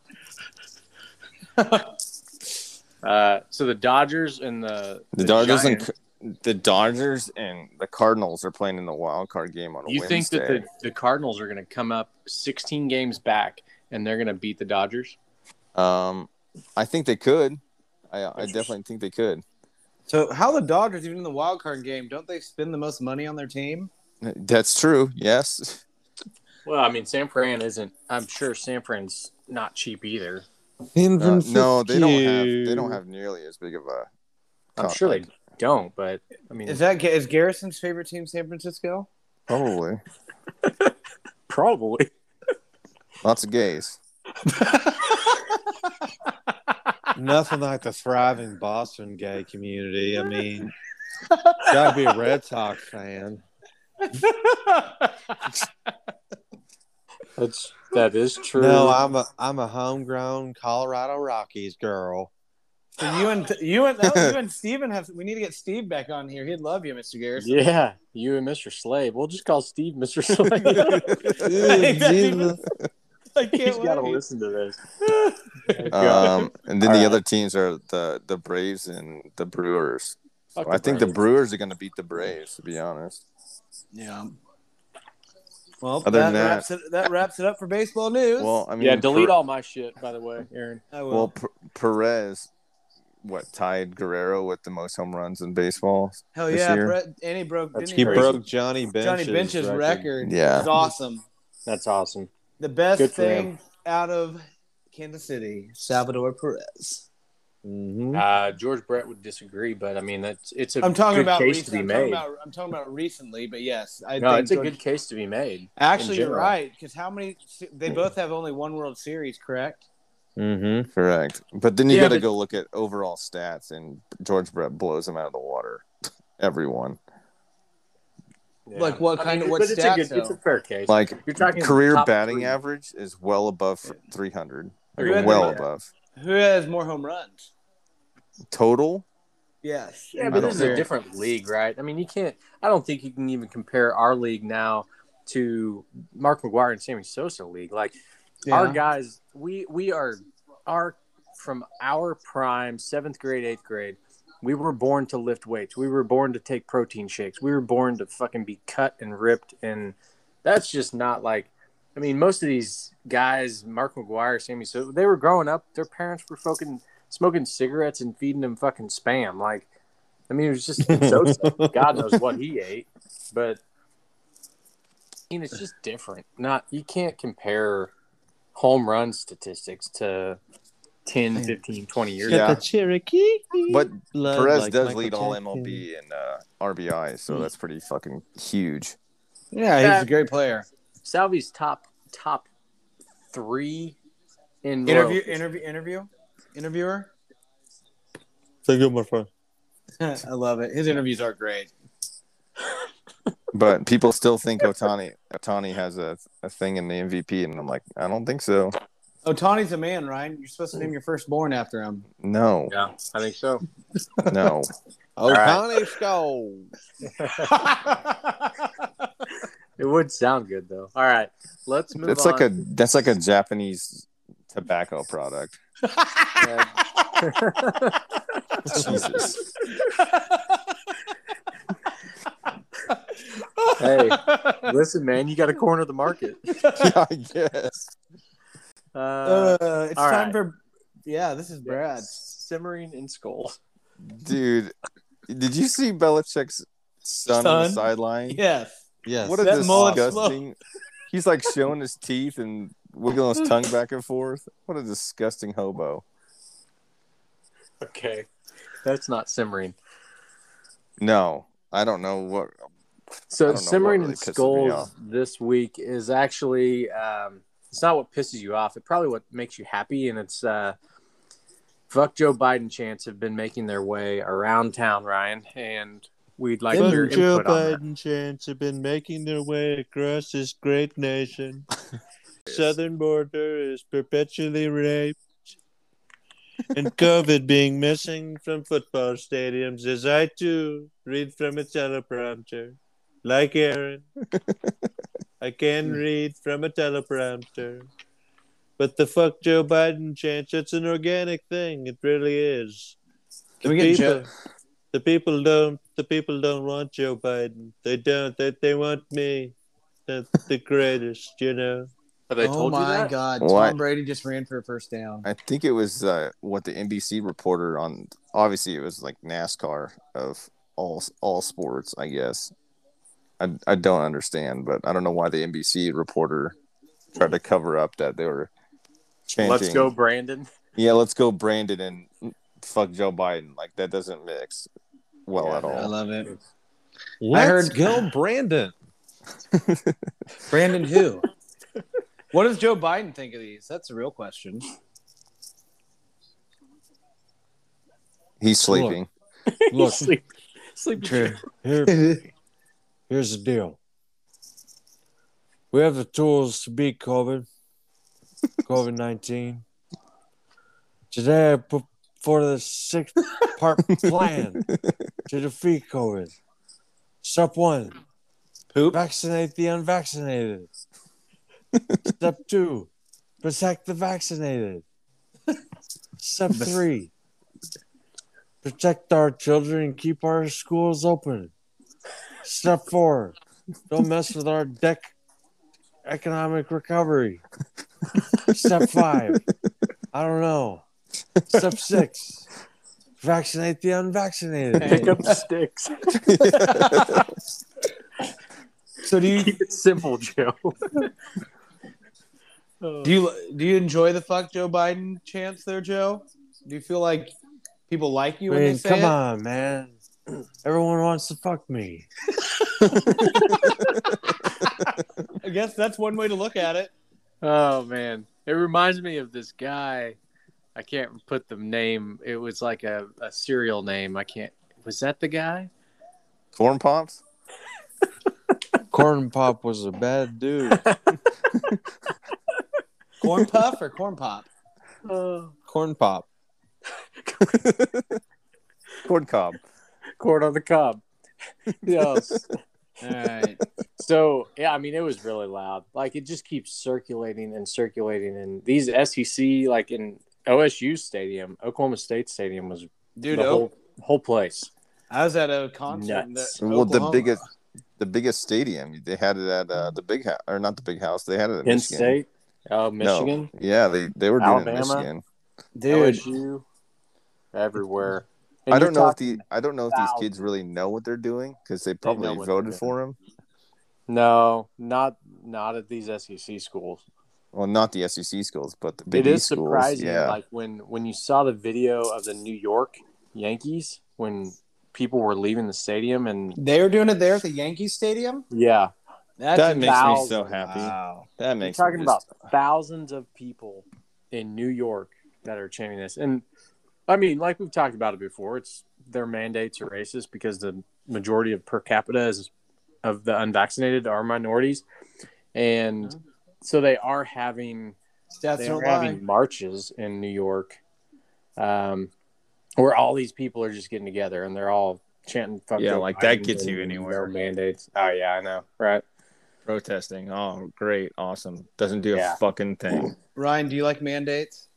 Uh, so the Dodgers and the The Dodgers Giants, and the Dodgers and the Cardinals are playing in the wild card game on a you Wednesday. think that the, the Cardinals are going to come up 16 games back and they're going to beat the Dodgers? Um, I think they could. I I definitely think they could. So how the Dodgers even in the wild card game? Don't they spend the most money on their team? That's true. Yes. Well, I mean, San Fran isn't. I'm sure San Fran's not cheap either. Uh, no, they don't have. They don't have nearly as big of a. I'm sure they don't, but I mean, Is that Ga- [LAUGHS] is Garrison's favorite team San Francisco? probably probably Lots [LAUGHS] of gays. Nothing like the thriving Boston gay community. I mean, gotta be a Red Sox fan. That's that is true. No, I'm a I'm a homegrown Colorado Rockies girl. So you and you and oh, you and Steven have we need to get Steve back on here. He'd love you, Mr. Garrison. [LAUGHS] Yeah, you and Mr. Slave. We'll just call Steve Mr. [LAUGHS] [LAUGHS] Slave. I can't He's got to wait. listen to this. Um, and then All the right. other teams are the the Braves and the Brewers. So Fuck the I think the Brewers are going to beat the Braves. To be honest, Yeah. Well, Other that, than that- wraps it. That wraps it up for baseball news. Well, I mean, yeah, delete per- all my shit, by the way, Aaron. I will. well, P- Perez, what tied Guerrero with the most home runs in baseball? Hell this yeah, year? Brett, and he broke. didn't He break broke Johnny Johnny Bench's, Bench's record. Yeah. it's awesome. That's awesome. The best Good for thing out of Kansas City, Salvador Perez. Uh, George Brett would disagree, but I mean that's it's a I'm talking good about. case recent- to be I'm, made. talking about I'm talking about recently, but yes, I no, think it's a George- good case to be made. in Actually, you're general. right because how many? They both have only one World Series, correct? Mm-hmm. Correct. But then you Yeah, got to but- go look at overall stats, and George Brett blows him out of the water. [LAUGHS] Everyone. Like what I kind mean, of what but stats? It's a, good, it's a though? fair case. Like You're talking career top batting three. average is well above f- 300. Like, Who had the- well above. Who has more home runs? Total? Yes. Yeah, I but don't this is a know. different league, right? I mean, you can't. I don't think you can even compare our league now to Mark McGuire and Sammy Sosa league. Like our Yeah. guys, we we are our from our prime seventh grade, eighth grade. We were born to lift weights. We were born to take protein shakes. We were born to fucking be cut and ripped, and that's just not like. I mean, most of these guys, Mark McGuire, Sammy Sosa, they were growing up. Their parents were fucking smoking cigarettes and feeding them fucking spam. Like, I mean, it was just Sosa. God knows what he ate, but I mean, it's just different. Not you can't compare home run statistics to 10, 15, 20 years. Yeah. ago. the Cherokee. But Blood Perez like does Michael lead all Jackson. Mm. MLB in uh, RBI, so that's pretty fucking huge. Yeah, he's a great player. Salvi's top top three in Interview, row. interview, interview, interviewer. Thank you, my friend. [LAUGHS] I love it. His interviews are great. But people still think Otani Otani has a, a thing in the MVP, and I'm like, I don't think so. Otani's Oh, a man, Ryan. You're supposed to name your firstborn after him. No, Yeah, I think so. [LAUGHS] no. Otani stole. It would sound good though. All right, let's move. That's on. like a that's like a Japanese tobacco [LAUGHS] product. Jesus. [LAUGHS] hey, [LAUGHS] listen, man, you got to corner the market. I guess. Uh, [LAUGHS] Uh, it's all time right. for. Yeah, this is Brad. simmering in skull. Dude, did you see Belichick's son, on the Son? sideline? Yes. Yes. What a That mullet's disgusting. He's like showing his teeth and wiggling his tongue back and forth. What a disgusting hobo. [LAUGHS] Okay, that's not simmering. No, I don't know what. I So don't know what simmering really in pisses me skulls off. this week is actually um, it's not what pisses you off. It probably what makes you happy, and it's uh, fuck Joe Biden chants have been making their way around town, Ryan, and we'd like Fuck your Joe input on that. Biden chants have been making their way across this great nation. Southern border is perpetually raped. and COVID being missing from football stadiums as I too read from a teleprompter. Like Aaron, I can read from a teleprompter. But the fuck Joe Biden chants, it's an organic thing. It really is. Can we get Joe- the people don't the people don't want Joe Biden. They don't. They they want me. The the greatest, you know. Have they oh told you my that? God, What? Tom Brady just ran for a first down. I think it was uh, what the NBC reporter on. Obviously, it was like NASCAR of all all sports, I guess. I I don't understand, but I don't know why the NBC reporter tried to cover up that they were chanting. Let's go, Brandon. [LAUGHS] Yeah, let's go, Brandon, and fuck Joe Biden. Like that doesn't mix well at I all. love it. Let's [SIGHS] heard- go, Brandon. [LAUGHS] Brandon who? What does Joe Biden think of these? That's the real question. He's sleeping. Look, Sleep- sleepy [LAUGHS] here, here- here's the deal. We have the tools to beat [LAUGHS] COVID, COVID nineteen. Today, I put forth a [LAUGHS] six-part plan to defeat COVID. Step one: vaccinate the unvaccinated. Step two: protect the vaccinated. Step three: protect our children and keep our schools open. Step four, don't mess with our deck economic recovery. Step five, I don't know. Step six, vaccinate the unvaccinated. Pick up [LAUGHS] sticks. so do you keep it simple, Joe? Do you do you enjoy the fuck Joe Biden chants there, Joe? Do you feel like people like you I when they mean, say come it? on, man. [CLEARS THROAT] Everyone wants to fuck me. I guess that's one way to look at it. Oh man, it reminds me of this guy. I can't put the name. It was like a, a serial name. I can't. Was that the guy? [LAUGHS] Corn pops. Corn Pop was a bad dude. Corn puff or corn pop? Uh, Corn pop. Corn cob. Corn on the [LAUGHS] cob. yes. All right. So yeah, I mean, it was really loud. Like it just keeps circulating and circulating. And these SEC, like in OSU Stadium, Oklahoma State Stadium, was Dude, the O- whole, oh. whole place. I was at a concert. In Nuts. the, Well, the Oklahoma. biggest, the biggest stadium they had it at uh, the big house, or not the big house. They had it at Penn Michigan. State, uh, No. Michigan, Yeah, they they were doing it in Alabama. Michigan. Dude. LSU, everywhere. I don't know if the the I don't know if these kids really know what they're doing because they probably what they're voted for him. no, not not at these SEC schools. Well, not the SEC schools, but the It Big is East schools. surprising, yeah, like when when you saw the video of the New York Yankees when people were leaving the stadium, and They were doing it there at the Yankee Stadium. yeah, That's That makes me thousands. so happy. Wow. that uh, you're makes me talking about just- thousands of people in New York that are chanting this, and I mean, like we've talked about it before, it's their mandates are racist because the majority of per capita is of the unvaccinated are minorities, and so they are having That's they no are lie. having marches in New York, um, where all these people are just getting together and they're all chanting. Fuck Yeah, Joe like, that Biden gets you and anywhere. No mandates. Oh yeah, I know. Right. Protesting. Oh, great. Awesome. Doesn't do Yeah. a fucking thing. Ryan, do you like mandates?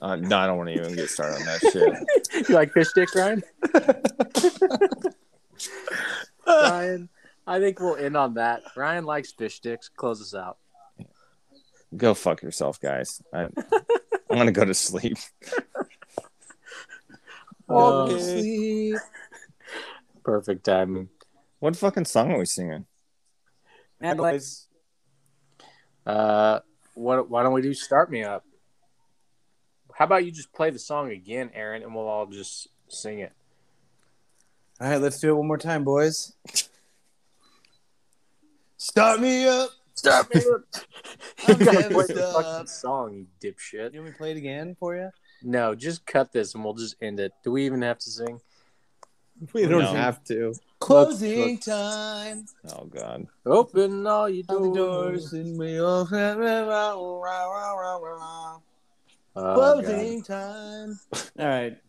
Uh, no, I don't want to even get started on that [LAUGHS] shit. you like fish [LAUGHS] sticks, Ryan? Ryan, I think we'll end on that. Ryan likes fish sticks. Close us out. Go fuck yourself, guys. I, I'm going to go to sleep. Oh, Okay. Sleep. Perfect timing. What fucking song are we singing? Uh, what, why don't we do Start Me Up? How about you just play the song again, Aaron, and we'll all just sing it? All right, let's do it one more time, boys. Start me up. Start me up. [LAUGHS] I'm You gotta jazzed play the up. fucking song, you dipshit. You want me to play it again for you? No, just cut this and we'll just end it. Do we even have to sing? We don't have to. Closing time. Oh, God. Open all your All doors. the doors and we all Closing Oh, God. time. All right.